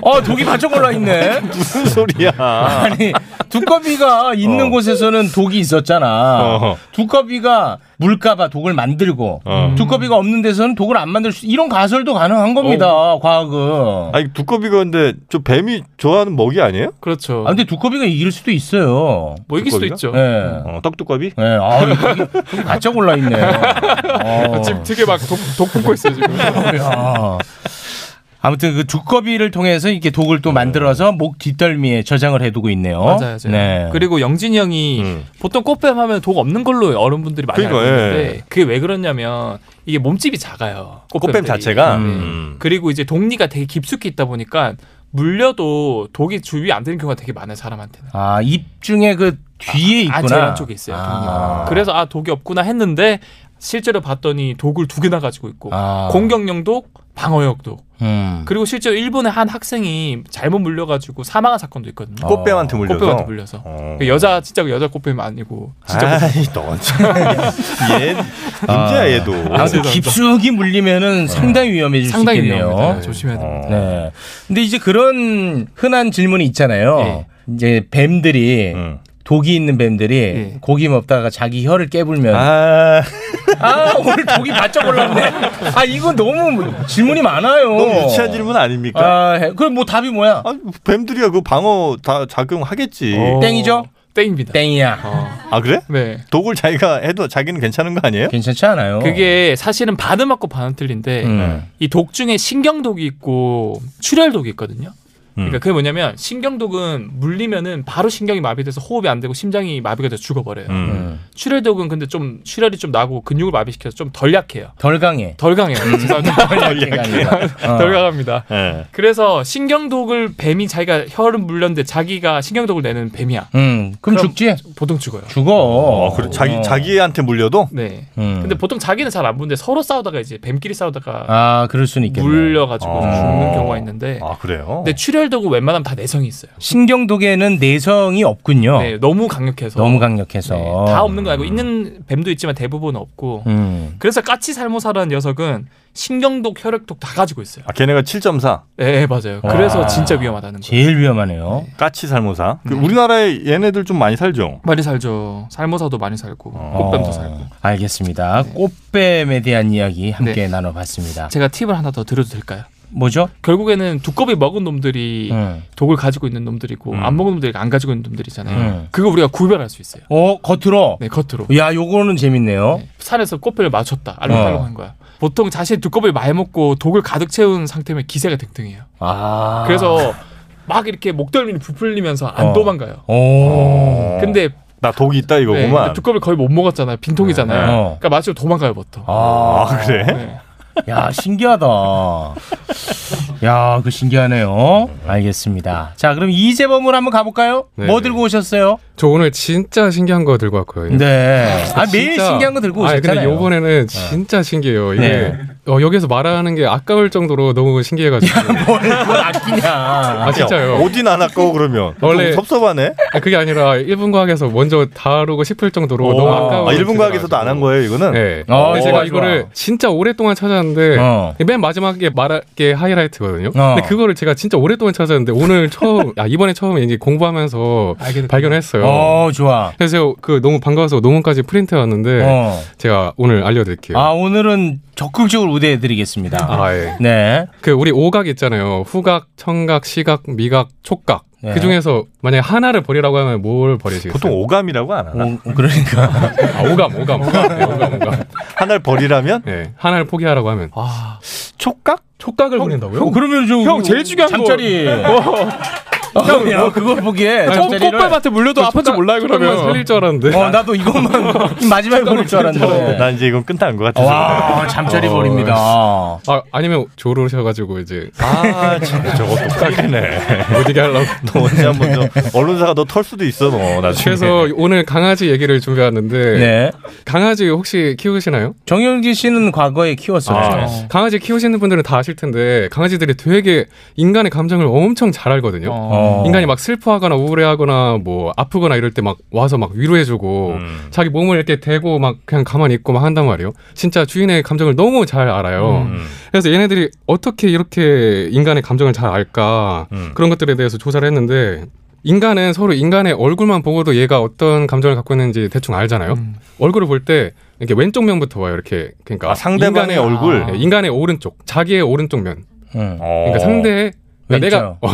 B: 어, 독이 바짝 올라 있네.
C: 무슨 소리야?
B: 아니, 두꺼비가 있는 곳에서는 독이 있었잖아.
C: 어. 어허.
B: 두꺼비가 물까봐 독을 만들고
C: 어.
B: 두꺼비가 없는 데서는 독을 안 만들 수 이런 가설도 가능한 겁니다.
C: 어.
B: 과학은.
C: 아니 두꺼비가 근데 저 뱀이 좋아하는 먹이 아니에요?
Q: 그렇죠.
B: 아, 근데 두꺼비가 이길 수도 있어요.
Q: 뭐 이길 수도 있죠.
B: 네.
C: 어, 떡두꺼비?
B: 네. 아, 이게 좀 바짝 올라 있네. 어.
Q: 아, 지금 되게 막독 품고 있어요 지금.
B: 야. 아무튼 그 두꺼비를 통해서 이렇게 독을 또 만들어서 목 뒷덜미에 저장을 해두고 있네요.
Q: 맞아요, 맞아요.
B: 네.
Q: 그리고 영진이 형이 보통 꽃뱀 하면 독 없는 걸로 어른분들이 많이
B: 그러니까,
Q: 알고 있는데
B: 예.
Q: 그게 왜 그러냐면 이게 몸집이 작아요.
C: 꽃뱀
Q: 꽃뱀들이.
C: 자체가?
Q: 네.
C: 음.
Q: 그리고 이제 독리가 되게 깊숙이 있다 보니까 물려도 독이 주위 안 되는 경우가 되게 많아요 사람한테는.
B: 아, 입 중에 그 뒤에
Q: 아,
B: 있구나.
Q: 제일 안쪽에 있어요,
B: 아.
Q: 그래서 아 독이 없구나 했는데 실제로 봤더니 독을 두 개나 가지고 있고
B: 아.
Q: 공격용 독, 방어용 독.
B: 음.
Q: 그리고 실제로 일본의 한 학생이 잘못 물려가지고 사망한 사건도 있거든요.
C: 아. 꽃뱀한테 물려서?
Q: 꽃뱀한테 물려서.
C: 어.
Q: 그 여자 진짜 그 여자 꽃뱀 아니고 진짜
C: 아이 넌 참. 얘 문제야
B: 아.
C: 얘도. 어.
B: 아, 근데 깊숙이 물리면은 상당히 위험해질
Q: 상당히
B: 수 있겠네요.
Q: 위험합니다. 조심해야
B: 됩니다. 네. 근데 이제 그런 흔한 질문이 있잖아요.
Q: 예.
B: 이제 뱀들이
C: 음.
B: 독이 있는 뱀들이
Q: 예.
B: 고기 먹다가 자기 혀를 깨불면
C: 아,
B: 오늘 독이 바짝 올랐네. 아 이건 너무 질문이 많아요.
C: 너무 유치한 질문 아닙니까?
B: 아, 그럼 뭐 답이 뭐야?
C: 뱀들이야 그 방어 다 작용하겠지.
B: 어. 땡이죠? 어.
Q: 땡입니다.
B: 땡이야.
C: 아 그래?
Q: 네.
C: 독을 자기가 해도 자기는 괜찮은 거 아니에요?
B: 괜찮지 않아요.
Q: 어. 그게 사실은 반은 맞고 반은 틀린데
C: 음.
B: 네.
Q: 이 독 중에 신경독이 있고 출혈독이 있거든요.
C: 음.
Q: 그러니까 그게 뭐냐면 신경독은 물리면은 바로 신경이 마비돼서 호흡이 안 되고 심장이 마비가 돼서 죽어버려요.
C: 음.
B: 네.
Q: 출혈독은 근데 좀 출혈이 좀 나고 근육을 마비시켜서 좀 덜 약해요.
B: 덜 강해. 음.
Q: 덜 강해요. 죄송합니다.
B: 덜 약해가 어, 아니라. 어.
Q: 덜 강합니다.
C: 예.
Q: 그래서 신경독을 뱀이 자기가 혀를 물렸는데 자기가 신경독을 내는 뱀이야.
B: 음, 그럼, 죽지?
Q: 보통 죽어요.
B: 죽어. 어.
C: 그래 자기 자기한테 물려도?
Q: 네.
B: 음.
Q: 근데 보통 자기는 잘 안 보는데 서로 싸우다가 이제 뱀끼리 싸우다가
B: 아, 그럴 수는 있겠네.
Q: 물려가지고
B: 아.
Q: 죽는 경우가 있는데.
C: 아 어, 그래요?
Q: 근데 출혈 신경철도고 웬만하면 다 내성이 있어요.
B: 신경독에는 내성이 없군요.
Q: 네, 너무 강력해서. 네,
B: 너무 강력해서.
Q: 다 없는 거 알고 있는 뱀도 있지만 대부분 없고.
B: 어. 음.
Q: 그래서 까치살모사라는 녀석은 신경독, 혈액독 다 가지고 있어요.
C: 아, 걔네가 7.4.
Q: 네, 맞아요. 그래서 진짜 위험하다는 네.
B: 거예요. 제일 위험하네요.
C: 까치 살모사. 그 우리나라에 얘네들 좀 많이 살죠.
Q: 많이 살죠. 살모사도 많이 살고
B: 어.
Q: 꽃뱀도 살고.
B: 알겠습니다. 꽃뱀에 대한 이야기
R: 네.
B: 함께 나눠봤습니다.
Q: 제가 팁을 하나 더 드려도 될까요?
B: 뭐죠?
Q: 결국에는 두꺼비 먹은 놈들이 독을 가지고 있는 놈들이고 안 먹은 놈들이 안 가지고 있는 놈들이잖아요.
B: 음.
Q: 그거 우리가 구별할 수 있어요.
B: 어 겉으로.
Q: 네 겉으로.
B: 야 요거는 재밌네요. 어.
Q: 산에서 꽃뱀을 맞췄다.
B: 네.
Q: 알록달록한 거야. 보통 자신이 두꺼비를 많이 먹고 독을 가득 채운 상태면 기세가 등등해요.
B: 아.
Q: 그래서 막 이렇게 목덜미를 부풀리면서 안
C: 어.
Q: 도망가요.
B: 오.
Q: 근데
C: 나 독이 있다
Q: 네,
C: 이거구만.
Q: 근데 두꺼비를 거의 못 먹었잖아요. 빈통이잖아요.
C: 네.
Q: 그러니까 마치 도망가요 보통. 네.
B: 아,
C: 그래?
B: 야 신기하다. 야 그 신기하네요. 알겠습니다. 자 그럼 이재범으로 한번 가볼까요?
R: 네.
B: 뭐 들고 오셨어요?
R: 저 오늘 진짜 신기한 거 들고 왔고요.
B: 네. 아, 매일 신기한 거 들고
R: 아니, 근데
B: 오셨잖아요.
R: 이번에는 진짜 신기해요. 이게
B: 네.
R: 어, 여기서 말하는 게 아까울 정도로 너무 신기해가지고.
B: 뭘 아끼냐? 아
R: 진짜요?
C: 어디 나아고 그러면.
R: 원래-
C: 좀 섭섭하네.
R: 아, 그게 아니라 일본 과학에서 먼저 다루고 싶을 정도로 너무
B: 어.
R: 아까워.
C: 아, 일본 과학에서도 안 한 거예요, 이거는?
R: 네.
C: 어, 좋아,
R: 근데 제가 이거를
C: 좋아.
R: 진짜 오랫동안 찾았는데
C: 어.
R: 맨 마지막에 말할 게 하이라이트거든요.
C: 어.
R: 근데 그거를 제가 진짜 오랫동안 찾았는데 오늘 처음 아, 이번에 처음 이제 공부하면서 발견했어요.
B: 어 좋아.
R: 그래서 제가 그 너무 반가워서 논문까지 프린트 해 왔는데
B: 어.
R: 제가 오늘 알려드릴게요.
B: 아 오늘은 적극적으로 우대해드리겠습니다.
R: 아, 예.
B: 네.
R: 그 우리 오각 있잖아요. 후각, 청각, 시각, 미각, 촉각.
B: 네.
R: 그 중에서 만약에 하나를 버리라고 하면 뭘 버리시겠어요?
C: 보통 오감이라고 안 하나?
B: 그러니까.
R: 아, 오감, 오감, 오감. 네, 오감, 오감.
C: 하나를 버리라면?
R: 네. 하나를 포기하라고 하면.
Q: 아,
C: 촉각?
R: 촉각을 버린다고요?
B: 형, 그러면 좀.
R: 형, 제일 중요한 거.
B: 잠자리.
R: 어.
B: 형, 뭐 그걸 보기에
R: 아니,
B: 잠자리를-
R: 꽃뱀한테 물려도
B: 그
R: 아픈 줄
B: 촉각-
R: 몰라요, 그러면.
B: 촉각만 살릴 줄 알았는데. 어, 나도 이것만 마지막에 버릴 줄 알았는데.
C: 난 어, 이제 이건 끝난 것 같아서.
B: 와, 잠자리
R: 어,
B: 버립니다.
R: 아, 아니면 조르셔가지고 이제.
C: 아, 진짜 저거 똑같네.
R: 못 이게 하려고.
C: 너 언제 한번 더 언론사가 너 털 수도 있어, 너 나중에.
R: 그래서 오늘 강아지 얘기를 준비하는데 강아지 혹시 키우시나요?
B: 네. 정영진 씨는 과거에 네. 키웠었죠.
R: 아, 강아지 키우시는 분들은 다 아실 텐데 강아지들이 되게 인간의 감정을 엄청 잘 알거든요.
B: 어.
R: 인간이 막 슬퍼하거나 우울해하거나 뭐 아프거나 이럴 때 막 와서 막 위로해주고
B: 음.
R: 자기 몸을 이렇게 대고 막 그냥 가만히 있고 막 한단 말이에요. 진짜 주인의 감정을 너무 잘 알아요.
B: 음.
R: 그래서 얘네들이 어떻게 이렇게 인간의 감정을 잘 알까
B: 음.
R: 그런 것들에 대해서 조사를 했는데 인간은 서로 인간의 얼굴만 보고도 얘가 어떤 감정을 갖고 있는지 대충 알잖아요.
B: 음.
R: 얼굴을 볼 때 이렇게 왼쪽 면부터 와요. 이렇게 그러니까
C: 아, 상대방의 얼굴? 어.
R: 네, 인간의 오른쪽, 자기의 오른쪽 면.
B: 응.
R: 그러니까 상대의 그러니까 내가 어,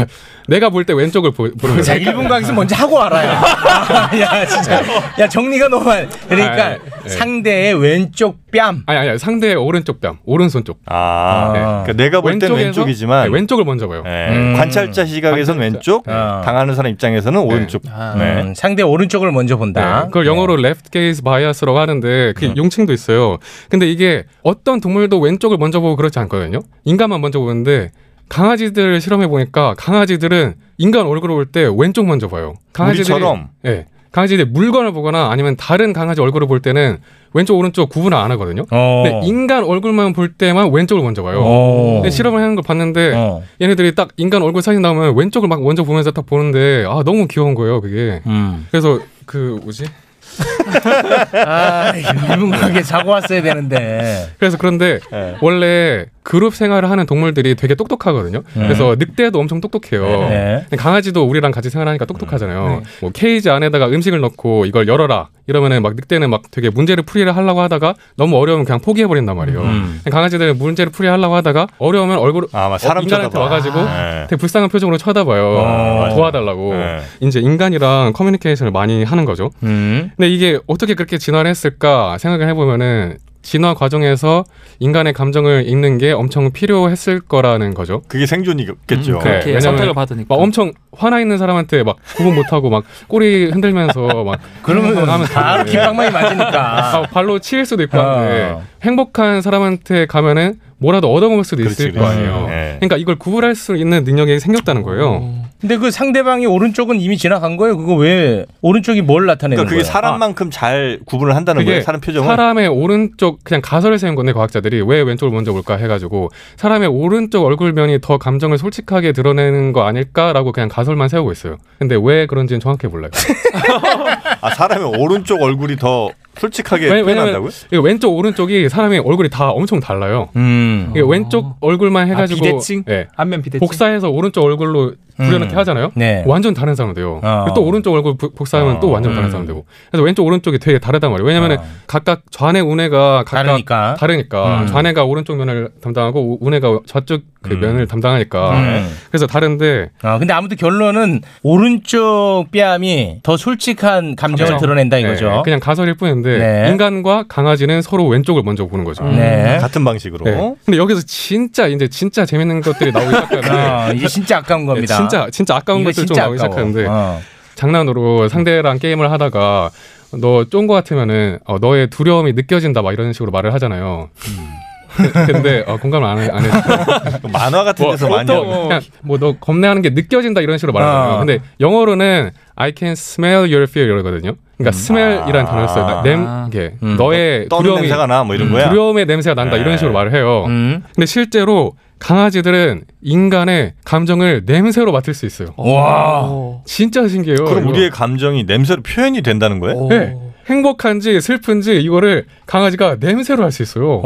R: 내가 볼 때 왼쪽을 보, 보는
B: 자,
R: 거예요.
B: 일본 강의에서 먼저 하고 알아요. 아, 야, 진짜.
R: 네.
B: 야, 정리가 너무 안.
R: 아,
B: 그러니까
R: 예.
B: 상대의 왼쪽 뺨.
R: 아니 아니 상대의 오른쪽 뺨, 오른손 쪽. 네.
C: 아, 그러니까 내가 볼 때는 왼쪽이지만
R: 왼쪽을 먼저 봐요.
B: 음.
C: 네, 관찰자 시각에선 왼쪽, 당하는 사람 입장에서는 오른쪽. 네.
B: 음, 네. 상대 오른쪽을 먼저 본다.
R: 네, 그걸 영어로 left gaze bias라고 하는데 그 용칭도 있어요. 근데 이게 어떤 동물도 왼쪽을 먼저 보고 그렇지 않거든요. 인간만 먼저 보는데 강아지들 실험해 보니까 강아지들은 인간 얼굴을 볼 때 왼쪽 먼저 봐요. 강아지들이
C: 우리처럼?
R: 예. 강아지들이 물건을 보거나 아니면 다른 강아지 얼굴을 볼 때는 왼쪽 오른쪽 구분을 안 하거든요.
B: 어.
R: 근데 인간 얼굴만 볼 때만 왼쪽을 먼저 봐요.
B: 어.
R: 근데 실험을 하는 걸 봤는데 얘네들이 딱 인간 얼굴 사진 나오면 왼쪽을 막 먼저 보면서 딱 보는데 아 너무 귀여운 거예요 그게. 그래서 그 뭐지?
B: 아, 일본 강의 자고 왔어야 되는데.
R: 그래서 그런데
C: 예.
R: 원래 그룹 생활을 하는 동물들이 되게 똑똑하거든요.
C: 음.
R: 그래서 늑대도 엄청 똑똑해요.
B: 네.
R: 강아지도 우리랑 같이 생활하니까 똑똑하잖아요. 뭐 케이지 안에다가 음식을 넣고 이걸 열어라 이러면은 막 늑대는 막 되게 문제를 풀이를 하려고 하다가 너무 어려우면 그냥 포기해 버린단 말이에요.
C: 음. 아,
R: 강아지들은 문제를 풀이하려고 하다가 어려우면 얼굴
C: 막 사람
R: 인간한테
C: 쳐다봐.
R: 와가지고
C: 네.
R: 되게 불쌍한 표정으로 쳐다봐요.
C: 어, 맞아.
R: 도와달라고. 이제 인간이랑 커뮤니케이션을 많이 하는 거죠.
B: 음.
C: 음?
R: 근데 이게 어떻게 그렇게 진화를 했을까 생각을 해보면은 진화 과정에서 인간의 감정을 읽는 게 엄청 필요했을 거라는 거죠. 음,
C: 그게 생존이겠죠.
Q: 그렇게 선택을 받으니까.
R: 네. 막 엄청 화나 있는 사람한테 막 구분 못하고 막 꼬리 흔들면서 막
B: 그러면
R: 하면
B: 바로
R: 되는데.
B: 깃방망이 맞으니까.
R: 아, 발로 치일 수도 있고 한데
C: 아.
R: 행복한 사람한테 가면은 뭐라도 얻어먹을 수도 있을
B: 그렇지,
R: 거
C: 네.
R: 아니에요.
B: 그렇지. 예.
R: 그러니까 이걸 구분할 수 있는 능력이 생겼다는 거예요.
B: 근데 그 상대방이 오른쪽은 이미 지나간 거예요. 그거 왜 오른쪽이 뭘 나타내는
C: 그러니까 그게
R: 네.
B: 거예요? 아.
C: 사람만큼 잘 구분을 한다는 거예요. 사람 표정을.
R: 사람의 오른쪽 그냥 가설을 세운 건데 과학자들이 왜 왼쪽을 먼저 볼까 해가지고 사람의 오른쪽 얼굴면이 더 감정을 솔직하게 드러내는 거 아닐까라고 그냥 가설만 세우고 있어요. 근데 왜 그런지는 정확히 몰라요.
C: 아 사람의 오른쪽 얼굴이 더 솔직하게
R: 왜- 왜냐면
C: 표현한다고요?
R: 이게 왼쪽 오른쪽이 사람의 얼굴이 다 엄청 달라요.
C: 음.
R: 이게 왼쪽 얼굴만 해가지고
Q: 어. 아, 비대칭?
R: 예.
Q: 안면 비대칭.
R: 복사해서 오른쪽 얼굴로 부려넣기
Q: 음.
R: 하잖아요.
Q: 네.
R: 완전 다른 사람 돼요.
Q: 어.
R: 그리고 또 오른쪽 얼굴 부- 복사하면
Q: 어.
R: 또 완전 다른
Q: 음.
R: 사람 되고. 그래서 왼쪽 오른쪽이 되게 다르단 말이에요. 왜냐면은 각각 좌뇌 우뇌가 각각
B: 어. 다르니까.
R: 다르니까
B: 음.
R: 좌뇌가 오른쪽 면을 담당하고 우- 우뇌가 좌쪽 그 면을 담당하니까. 네.
B: 음.
R: 그래서 다른데
B: 아, 근데 아무튼 결론은 오른쪽 뺨이 더 솔직한 감정을
R: 감정.
B: 드러낸다 이거죠.
R: 네, 그냥 가설일 뿐인데
B: 네.
R: 인간과 강아지는 서로 왼쪽을 먼저 보는 거죠.
B: 네.
C: 같은 방식으로.
R: 근데 여기서 진짜 이제 진짜 재밌는 것들이 나오기 시작하는데
B: 아, 이게 진짜 아까운 겁니다.
R: 예, 진짜 진짜 아까운
B: 이거
R: 것들 좀
B: 진짜
R: 나오기
B: 아까워.
R: 시작하는데
B: 어.
R: 장난으로 상대랑 게임을 하다가 너 쫀 거 같으면은 어, 너의 두려움이 느껴진다 막 이런 식으로 말을 하잖아요. 음. 근데 어, 공감을 안, 해- 안 해주고
C: 그 만화 같은 데서 많이 하는 거.
R: 뭐너 겁내하는 게 느껴진다 이런 식으로 말하잖아요
B: 어.
C: 아.
R: 근데 영어로는 I can smell your fear 이러거든요
B: 음.
R: 그러니까 smell이라는 단어를 써요 나- 냄, 이게
C: 음.
R: 너의
C: 아. 떠는
R: 두려움이
C: 냄새가 나, 뭐 이런
R: 음,
C: 거야? 네.
R: 두려움의 냄새가 난다 이런 식으로 말을 해요 근데 실제로 강아지들은 인간의 감정을 냄새로 맡을 수 있어요
C: 와.
R: 진짜 신기해요
C: 그럼
R: 이거.
C: 우리의 감정이 냄새로 표현이 된다는 거예요?
R: 네. 행복한지 슬픈지 이거를 강아지가 냄새로 할 수 있어요.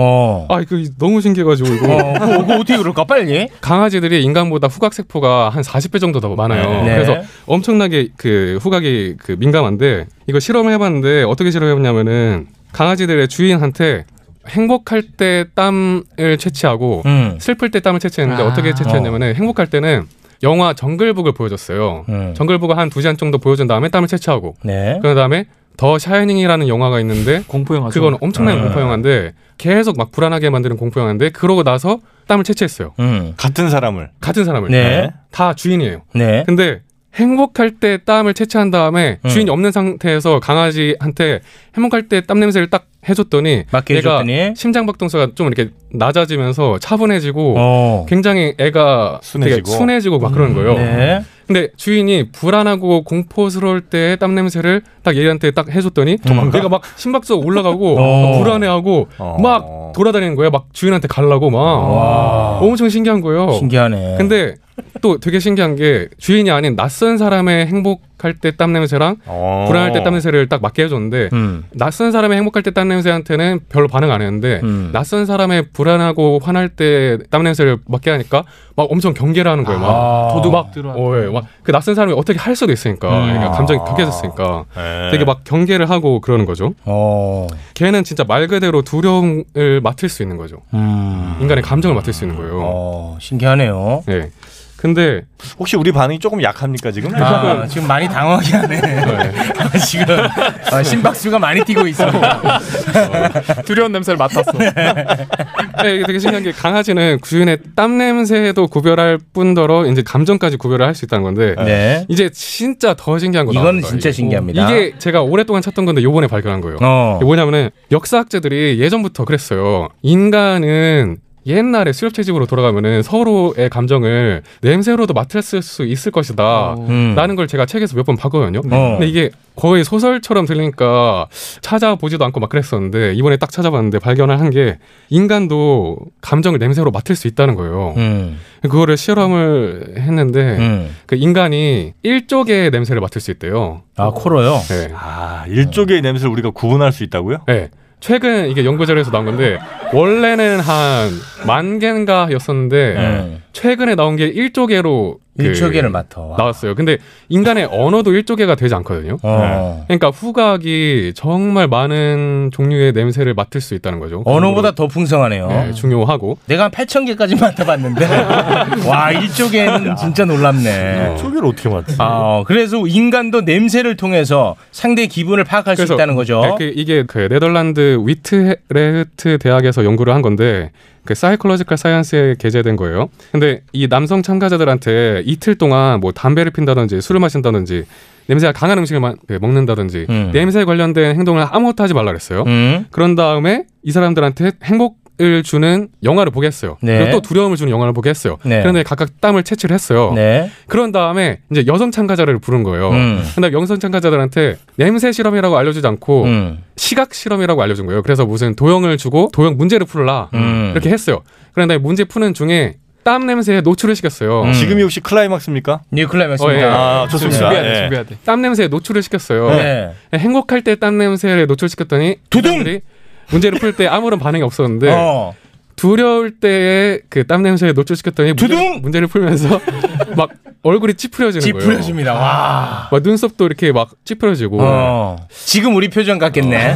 R: 아 이거 너무 신기해가지고 이거.
B: 어, 그거- 그거 어떻게 그럴까 빨리.
R: 강아지들이 인간보다 후각 세포가 한 40배 정도 더 많아요.
B: 네.
R: 그래서 엄청나게 그 후각이 그 민감한데 이거 실험을 해봤는데 어떻게 실험했냐면은 강아지들의 주인한테 행복할 때 땀을 채취하고
B: 음.
R: 슬플 때 땀을 채취했는데
B: 아.
R: 그러니까 어떻게 채취했냐면은 행복할 때는 영화 정글북을 보여줬어요. 정글북을 한 두 시간 정도 보여준 다음에 땀을 채취하고
B: 네.
R: 그 다음에 더 샤이닝이라는 영화가 있는데 공포 영화 그건 엄청난
B: 음.
R: 공포 영화인데 계속 막 불안하게 만드는 공포 영화인데 그러고 나서 땀을 채취했어요.
B: 음.
C: 같은 사람을
R: 같은 사람을
C: 네.
R: 다 주인이에요.
B: 네.
R: 근데 행복할 때 땀을 채취한 다음에
B: 음.
R: 주인이 없는 상태에서 강아지한테 행복할 때 땀 냄새를 딱 해줬더니
B: 맡게
R: 얘가
B: 해줬더니?
R: 심장 박동수가 좀 이렇게 낮아지면서 차분해지고
B: 어.
R: 굉장히 애가
B: 순해지고.
R: 되게 순해지고 막 그러는 거예요.
B: 네.
R: 근데 주인이 불안하고 공포스러울 때의 땀 냄새를 딱 얘한테 딱 해줬더니
C: 도망가?
R: 얘가 막 심박수 올라가고
C: 어.
R: 막 불안해하고 막 돌아다니는 거예요. 막 주인한테 가려고 막 엄청 신기한 거예요.
B: 신기하네.
R: 근데 또 되게 신기한 게 주인이 아닌 낯선 사람의 행복할 때 땀 냄새랑
C: 어.
R: 불안할 때 땀 냄새를 딱 맡게 해줬는데
B: 음.
R: 낯선 사람의 행복할 때 땀 냄새한테는 별로 반응 안 했는데
B: 음.
R: 낯선 사람의 불안하고 화날 때 땀 냄새를 맡게 하니까 막 엄청 경계를 하는 거예요. 막
B: 아. 도둑
R: 막 어, 예. 막그 낯선 사람이 어떻게 할 수도 있으니까
B: 음. 네.
R: 그러니까 감정이 격해졌으니까
C: 아. 네.
R: 되게 막 경계를 하고 그러는 거죠.
B: 어.
R: 걔는 진짜 말 그대로 두려움을 맡을 수 있는 거죠. 인간의 감정을 맡을 수 있는 거예요.
B: 음. 어, 신기하네요.
R: 네. 근데
C: 혹시 우리 반응이 조금 약합니까 지금?
B: 아, 지금 많이 당황하게 하네. 아, 지금 아, 심박수가 많이 뛰고 있어.
R: 두려운 냄새를 맡았어. 네, 이게 되게 신기한 게 강아지는 주인의 땀 냄새도 구별할 뿐더러 이제 감정까지 구별을 할 수 있다는 건데
B: 네.
R: 이제 진짜 더 신기한 거
B: 이건
R: 나옵니다.
B: 진짜
R: 이게.
B: 신기합니다.
R: 이게 제가 오랫동안 찾던 건데 요번에 발견한 거예요.
B: 어.
R: 이게 뭐냐면은 역사학자들이 예전부터 그랬어요. 인간은 옛날에 수렵채집으로 돌아가면은 서로의 감정을 냄새로도 맡았을 수 있을 것이다. 라는 걸 제가 책에서 몇 번 봤거든요.
B: 음. 어.
R: 근데 이게 거의 소설처럼 들리니까 찾아보지도 않고 막 그랬었는데 이번에 딱 찾아봤는데 발견을 한 게 인간도 감정을 냄새로 맡을 수 있다는 거예요.
B: 음.
R: 그거를 실험을 했는데 그 인간이 일족의 냄새를 맡을 수 있대요.
B: 아 코로요?
R: 네.
C: 아 일족의 냄새를 우리가 구분할 수 있다고요?
R: 네. 최근 이게 연구 자료에서 나온 건데 원래는 한 만 개인가였었는데
B: 네.
R: 최근에 나온 게 1조개로 그
B: 일조개를 맡아. 와. 아.
R: 나왔어요. 근데 인간의 언어도 1조개가 되지 않거든요.
B: 어.
R: 네. 그러니까 후각이 정말 많은 종류의 냄새를 맡을 수 있다는 거죠.
B: 언어보다 더 풍성하네요.
R: 네, 중요하고
B: 내가 한 8천 개까지 맡아봤는데 와 일조개는 진짜 놀랍네.
C: 일조개를 어떻게 맡지?
B: 아 그래서 인간도 냄새를 통해서 상대 기분을 파악할 수
R: 그래서
B: 있다는 거죠.
R: 네, 그 이게 그 네덜란드 위트레흐트 대학에서 연구를 한 건데 그 사이클로지컬 사이언스에 게재된 거예요. 근데 이 남성 참가자들한테 이틀 동안 뭐 담배를 핀다든지 술을 마신다든지 냄새가 강한 음식을 마- 그 먹는다든지
B: 음.
R: 냄새에 관련된 행동을 아무것도 하지 말라 그랬어요. 그런 다음에 이 사람들한테 행복 을 주는 영화를 보게 했어요.
B: 네.
R: 그리고 또 두려움을 주는 영화를 보게 했어요.
B: 네.
R: 그런데 각각 땀을 채취를 했어요.
B: 네.
R: 그런 다음에 이제 여성 참가자를 부른 거예요.
B: 음.
R: 근데 여성 참가자들한테 냄새 실험이라고 알려주지 않고
B: 음.
R: 시각 실험이라고 알려준 거예요. 그래서 무슨 도형을 주고 도형 문제를 풀라
I: 음.
R: 이렇게 했어요. 그런데 문제 푸는 중에 땀 냄새에 노출을 시켰어요.
I: 음. 지금이
R: 혹시 클라이막스입니까?
B: 네, 클라이막스입니다. 네.
I: 아, 좋습니다.
R: 준비해야 돼,
I: 예.
R: 준비해야 돼. 땀 냄새에 노출을 시켰어요.
I: 네.
R: 행복할 때 땀 냄새를 노출시켰더니 두둥 문제를 풀 때 아무런 반응이 없었는데
B: 어.
R: 두려울 때의 그 땀 냄새에 노출시켰더니 두둥 문제를 풀면서 막 얼굴이 찌푸려지는 거예요.
B: 찌푸려집니다. 와.
R: 막 눈썹도 이렇게 막 찌푸려지고 어,
B: 어. 지금 우리 표정 같겠네.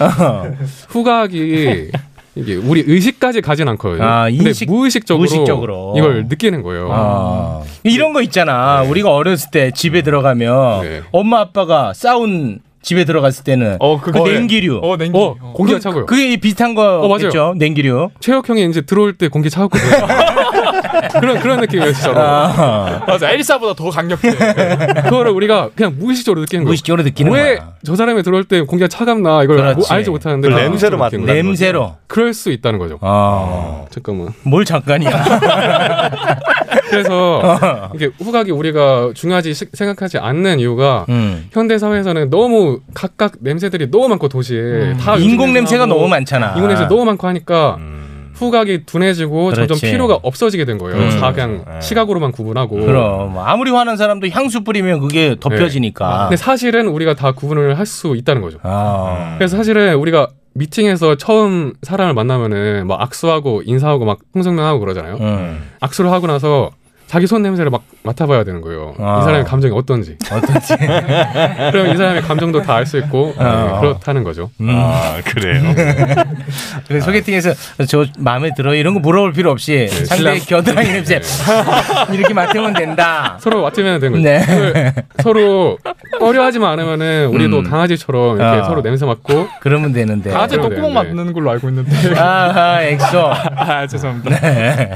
B: 어.
R: 후각이 이게 우리 의식까지 가진 않거든요.
B: 아,
R: 근데
B: 인식-
R: 무의식적으로,
B: 무의식적으로.
R: 이걸 느끼는 거예요.
B: 아. 이런 거
R: 네.
B: 있잖아. 우리가 어렸을 때 집에 들어가면 엄마 아빠가 싸운 집에 들어갔을 때는 그
R: 그거-
B: 냉기류.
R: 어, 냉기류. 어, 공기가
B: 그,
R: 차고요.
B: 그게 이 비슷한
R: 어, 맞아요.
B: 거겠죠. 냉기류.
R: 최혁 형이 이제 들어올 때 공기 차갑고 그런 그런 느낌이에요, 진짜로.
B: 아.
R: 맞아, 엘사보다 더 강력해. 그거를 우리가 그냥 무의식적으로 느끼는 거예요. 무의식적으로
B: 느끼는
R: 왜저 사람이 들어올 때 공기가 차갑나 이걸 뭐
B: 그렇지.
R: 알지 못하는데
B: 그
R: 그냥
B: 냄새로
R: 느끼는
B: 맡는다는
R: 거죠.
B: 냄새로.
R: 그럴 수 있다는 거죠.
B: 아.
R: 어, 잠깐만.
B: 뭘 잠깐이야.
R: 그래서 이게 후각이 우리가 중요하지 시- 생각하지 않는 이유가
B: 음.
R: 현대 사회에서는 너무 각각 냄새들이 너무 많고 도시에 다
B: 인공
R: 요즘에
B: 냄새가
R: 하고
B: 너무 많잖아.
R: 인공 냄새 너무 많고 하니까 후각이 둔해지고
B: 그렇지.
R: 점점 필요가 없어지게 된 거예요.
B: 음.
R: 다 그냥 시각으로만 구분하고.
B: 그럼 아무리 화난 사람도 향수 뿌리면 그게 덮여지니까.
R: 네. 근데 사실은 우리가 다 구분을 할 수 있다는 거죠.
B: 아.
R: 그래서 사실은 우리가 미팅에서 처음 사람을 만나면은 막 악수하고 인사하고 막 홍성명하고 그러잖아요.
B: 음.
R: 악수를 하고 나서 자기 손 냄새를 막 맡아봐야 되는 거예요.
B: 아.
R: 이 사람의 감정이 어떤지. 어떤지. 그럼 이 사람의 감정도 다 알 수 있고
B: 어.
R: 네, 그렇다는 거죠.
B: 아,
R: 그래요. 아.
B: 그래서 소개팅에서 저 마음에 들어 이런 거 물어볼 필요 없이 상대 의
R: 네, 신랑- 네.
B: 겨드랑이 냄새 이렇게 맡으면 된다.
R: 서로 맡으면 되는 거죠.
B: 네.
R: 그걸 서로 꺼려하지만 않으면은 우리도
B: 음.
R: 강아지처럼 이렇게
B: 어.
R: 서로 냄새 맡고
B: 네. 그러면 되는데.
Q: 강아지
R: 그러면
Q: 똥구멍
R: 되는데.
Q: 맞는 걸로 알고 있는데.
B: 아하, 엑소.
Q: 아, 죄송합니다.
B: 네.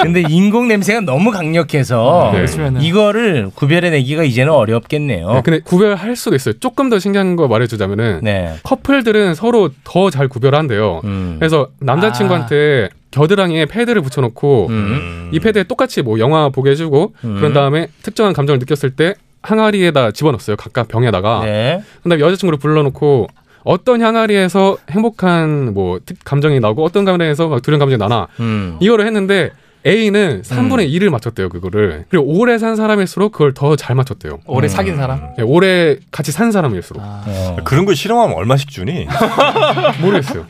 B: 근데 인공 냄새가 너무 강력해서
R: 그렇죠. 네, 그렇지만은.
B: 이거를 구별해내기가 이제는 어렵겠네요.
R: 네, 근데 구별할 수도 있어요. 조금 더 신기한 거 말해주자면은
B: 네.
R: 커플들은 서로 더 잘 구별한대요.
Q: 음.
R: 그래서 남자친구한테
Q: 아.
R: 겨드랑이에 패드를 붙여놓고
Q: 음.
R: 이 패드에 똑같이 뭐 영화 보게 해주고
B: 음.
R: 그런 다음에 특정한 감정을 느꼈을 때 항아리에다 집어넣었어요. 각각 병에다가.
Q: 네.
R: 그다음에 여자친구를 불러놓고 어떤 항아리에서 행복한 뭐 특- 감정이 나고 어떤 감정에서 막 두려운 감정이 나나
B: 음.
R: 이거를 했는데 A는
Q: 음.
R: 3분의 2를 맞췄대요 그거를 그리고 오래 산 사람일수록 그걸 더 잘 맞췄대요
Q: 오래 사귄 사람? 아.
R: 네, 오래 같이 산 사람일수록
C: 그런 거 실험하면 얼마씩 주니?
R: 모르겠어요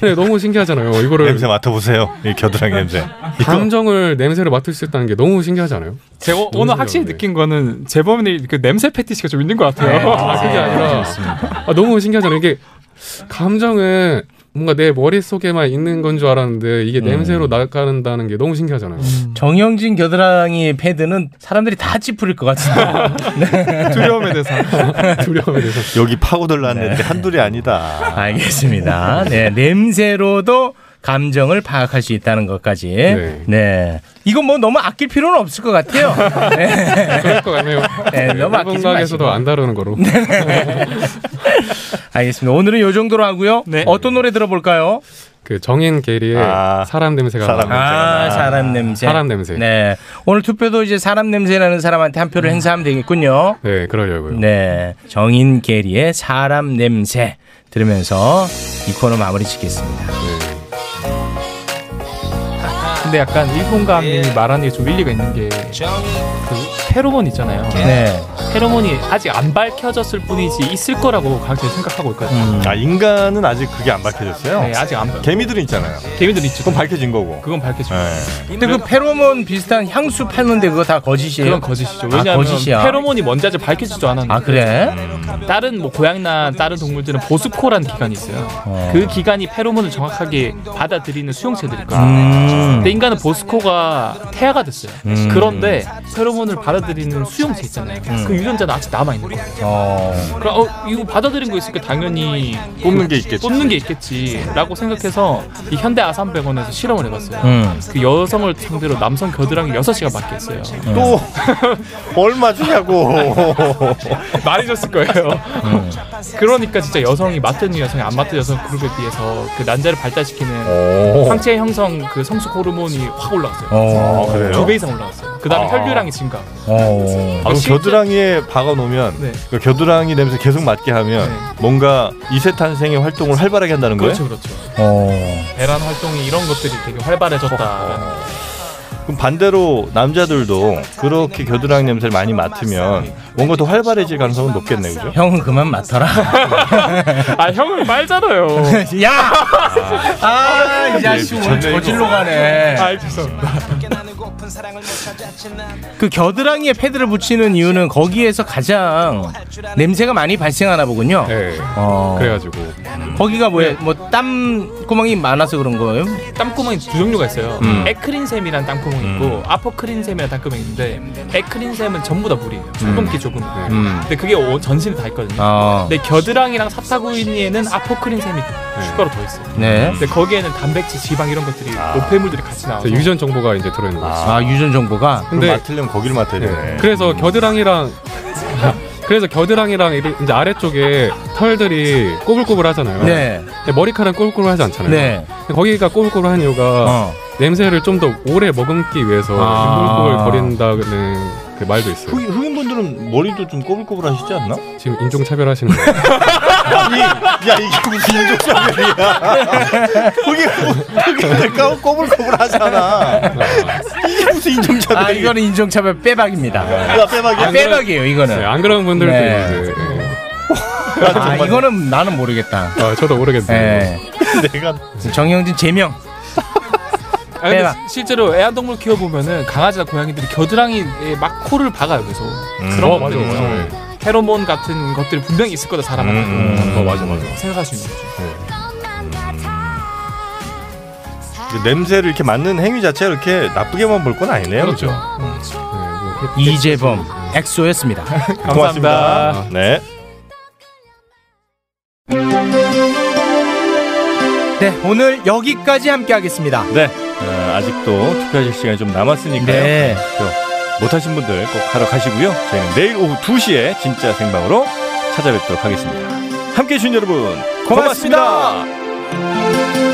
R: 근데 너무 신기하잖아요 이거를
C: 냄새 맡아보세요. 이 겨드랑이 냄새.
R: 감정을 냄새를 맡을 수 있다는 게 너무 신기하지 않아요?
Q: 제가 오늘 확실히 느낀 거는 재범이 그 냄새 패티시가 좀 있는 것 같아요.
R: 네, 아, 그게 아니라 아, 너무 신기하잖아요. 이게 감정은 뭔가 내 머릿속에만 있는 건 줄 알았는데
C: 음.
R: 이게 냄새로 나가는다는 게 너무 신기하잖아요.
Q: 음.
B: 정영진 겨드랑이 패드는 사람들이 다 찌푸릴 것 같은데.
R: 네. 두려움의 대상. 두려움에 대해서
C: 여기 파고들났는데 한둘이 아니다.
B: 네. 알겠습니다. 네, 냄새로도 감정을 파악할 수 있다는 것까지. 네. 이건 뭐 너무 아낄 필요는 없을 것 같아요. 네.
R: 그럴 것 같네요.
B: 네, 너무 아끼지
R: 일본가에서도
B: 마시고. 네.
R: 안 다루는 거로.
B: 알겠습니다. 오늘은 요 정도로 하고요. 어떤 노래 들어볼까요?
R: 그 정인 게리의 사람 냄새가
B: 아, 사람 냄새가
R: 나.
B: 아, 사람 냄새.
R: 사람 냄새.
B: 네. 오늘 투표도 이제 사람 냄새나는 사람한테 한
R: 음.
B: 표를 행사하면 되겠군요.
R: 네, 그러려고요.
B: 네. 정인 게리의 사람 냄새 네. 들으면서 이 코너 마무리 짓겠습니다.
R: 네.
Q: 근데 약간 일본 감이 말하는 게 좀 일리가 있는 게그 페로몬 있잖아요.
B: 네.
Q: 페로몬이 아직 안 밝혀졌을 뿐이지 있을 거라고 과학자들이 생각하고 있거든요.
B: 음.
C: 아 인간은 아직 그게 안 밝혀졌어요.
Q: 네, 아직 안.
C: 개미들은 있잖아요.
Q: 개미들 있죠.
C: 그건 밝혀진 거고.
Q: 그건 밝혀진
I: 네.
C: 거.
B: 근데 그 페로몬 비슷한 향수 파는데 그거 다 거짓이에요?
Q: 그건 거짓이죠.
B: 아,
Q: 왜냐하면
B: 거짓이야.
Q: 페로몬이 뭔지 아직 밝혀지도 않았는데.
B: 아, 그래?
Q: 다른 뭐 고양이나 다른 동물들은 보습코라는 기관이 있어요.
B: 어.
Q: 그 기관이 페로몬을 정확하게 받아들이는 수용체들이거든요.
B: 음.
Q: 근데 인간은 보습코가 태아가 됐어요.
B: 음.
Q: 그런데 페로몬을 받아들이는 수용체 있잖아요.
B: 음.
Q: 그 유전자 나 아직 남아 있는 거야. 그럼 어, 이거 받아들인 거 있으니까 당연히
I: 뽑는 게 있겠지.
Q: 뽑는 게 있겠지라고 생각해서 이 현대 아산백원에서 실험을 해봤어요.
I: 음.
Q: 그 여성을 상대로 남성 겨드랑이 6시간 맞게 했어요.
I: 또 얼마 주냐고.
Q: 음. 많이 줬을 거예요. 그러니까 진짜 여성이 맞든 여성이 안 맞든 여성 그룹에 비해서 그 난자를 발달시키는
I: 오.
Q: 상체 형성 그 성숙 호르몬이 확 올라갔어요.
I: 어, 아, 그래요?
Q: 두 배 이상 올라갔어요. 그 다음에
I: 아.
Q: 혈류량이 증가.
I: 어. 그럼
Q: 실제-
I: 겨드랑이에 박아 놓으면
Q: 아, 네.
I: 그 겨드랑이 냄새 계속 맡게 하면 뭔가 이세탄생의 활동을 활발하게 한다는 거예요?
Q: 그렇죠, 그렇죠.
I: 어.
Q: 배란 활동이 이런 것들이 되게 활발해졌다.
I: 그럼 반대로 남자들도 그렇게 겨드랑이 냄새를 많이 맡으면 뭔가 더 활발해질 가능성은 높겠네요, 그죠?
B: 형은 그만 맡아라.
Q: 아 형은 빨잖아요.
I: 어. 네.
B: 야!
Q: 아,
B: 이 자식 오늘 저질로 가네.
Q: 아, 죄송합니다.
B: 그 겨드랑이에 패드를 붙이는 이유는 거기에서 가장 냄새가 많이 발생하나 보군요. 어.
R: 네. 그래가지고. 네.
B: 거기가 뭐예요? 뭐땀 구멍이 많아서 그런 거예요?
Q: 땀구멍이 두 종류가 있어요.
B: 음.
Q: 에크린샘이라는 땀구멍이 있고
R: 음.
Q: 아포크린샘이라는 땀구멍이 있는데 에크린샘은 전부 다 물이에요. 소금기 조금.
B: 음.
Q: 근데 그게 오- 전신에 다 있거든요.
I: 어.
B: 아.
Q: 근데 겨드랑이랑 사타구니에는 아포크린샘이 추가로 더 있어요.
B: 네.
Q: 근데 거기에는 단백질, 지방 이런 것들이
I: 아.
Q: 노폐물들이 같이 나와서
R: 그래서 유전 정보가 이제 들어있는 거죠.
B: 아, 유전 정보가?
R: 근데-
I: 그럼 맡으려면 거기를 맡아야 되네.
R: 그래서 겨드랑이랑 그래서 겨드랑이랑 이리- 이제 아래쪽에 털들이 꼬불꼬불하잖아요.
B: 네.
R: 근데 머리카락은 꼬불꼬불하지 않잖아요.
B: 네. 어.
R: 근데 거기가 꼬불꼬불한 이유가 냄새를 좀 더 오래 머금기 위해서
I: 아.
R: 꼬불꼬불거린다는 그 말도 있어요.
I: 흑- 흑인분들은 머리도 좀 꼬불꼬불하시지 않나?
R: 지금 인종 차별하시는 거예요.
I: 아니, 야 이게 무슨 인종차별이야? 그게 그게 까 꼬불꼬불하잖아. 이게 무슨 인종차별이야?
B: 아, 이거는 인종차별 빼박입니다.
I: 아, 빼박이야?
B: 아, 빼박이에요, 이거는.
R: 네, 안 그런 분들도
B: 네.
R: 있는데.
B: 아, 이거는 나는 모르겠다. 예.
R: 아, 저도 모르겠네요.
I: 내가
B: 정영진 제명.
Q: 아니, 근데
B: 빼박.
Q: 시- 실제로 애완동물 키워 보면은 강아지나 고양이들이 겨드랑이에 막 코를 박아요. 그래서
R: 어,
Q: 그런
R: 맞아,
Q: 것들이
R: 맞아.
Q: 있어요. 페로몬 같은 것들이 분명히 있을 거다 사람한테.
I: 음, 어, 맞아, 맞아.
Q: 생각할 수 있는 거죠.
I: 근데 냄새를 이렇게 맡는 행위 자체가 이렇게 나쁘게만 볼 건 아니네요. 그렇죠. 네, 뭐,
B: 이재범 엑소였습니다.
I: 고맙습니다. 네.
B: 네, 오늘 여기까지 함께 하겠습니다.
I: 네. 어, 아직도 투표하실 시간이 좀 남았으니까요.
B: 네.
I: 투표 못하신 분들 꼭 하러 가시고요. 저희는 내일 오후 2시에 진짜 생방으로 찾아뵙도록 하겠습니다. 함께 해주신 여러분, 고맙습니다.
B: 고맙습니다.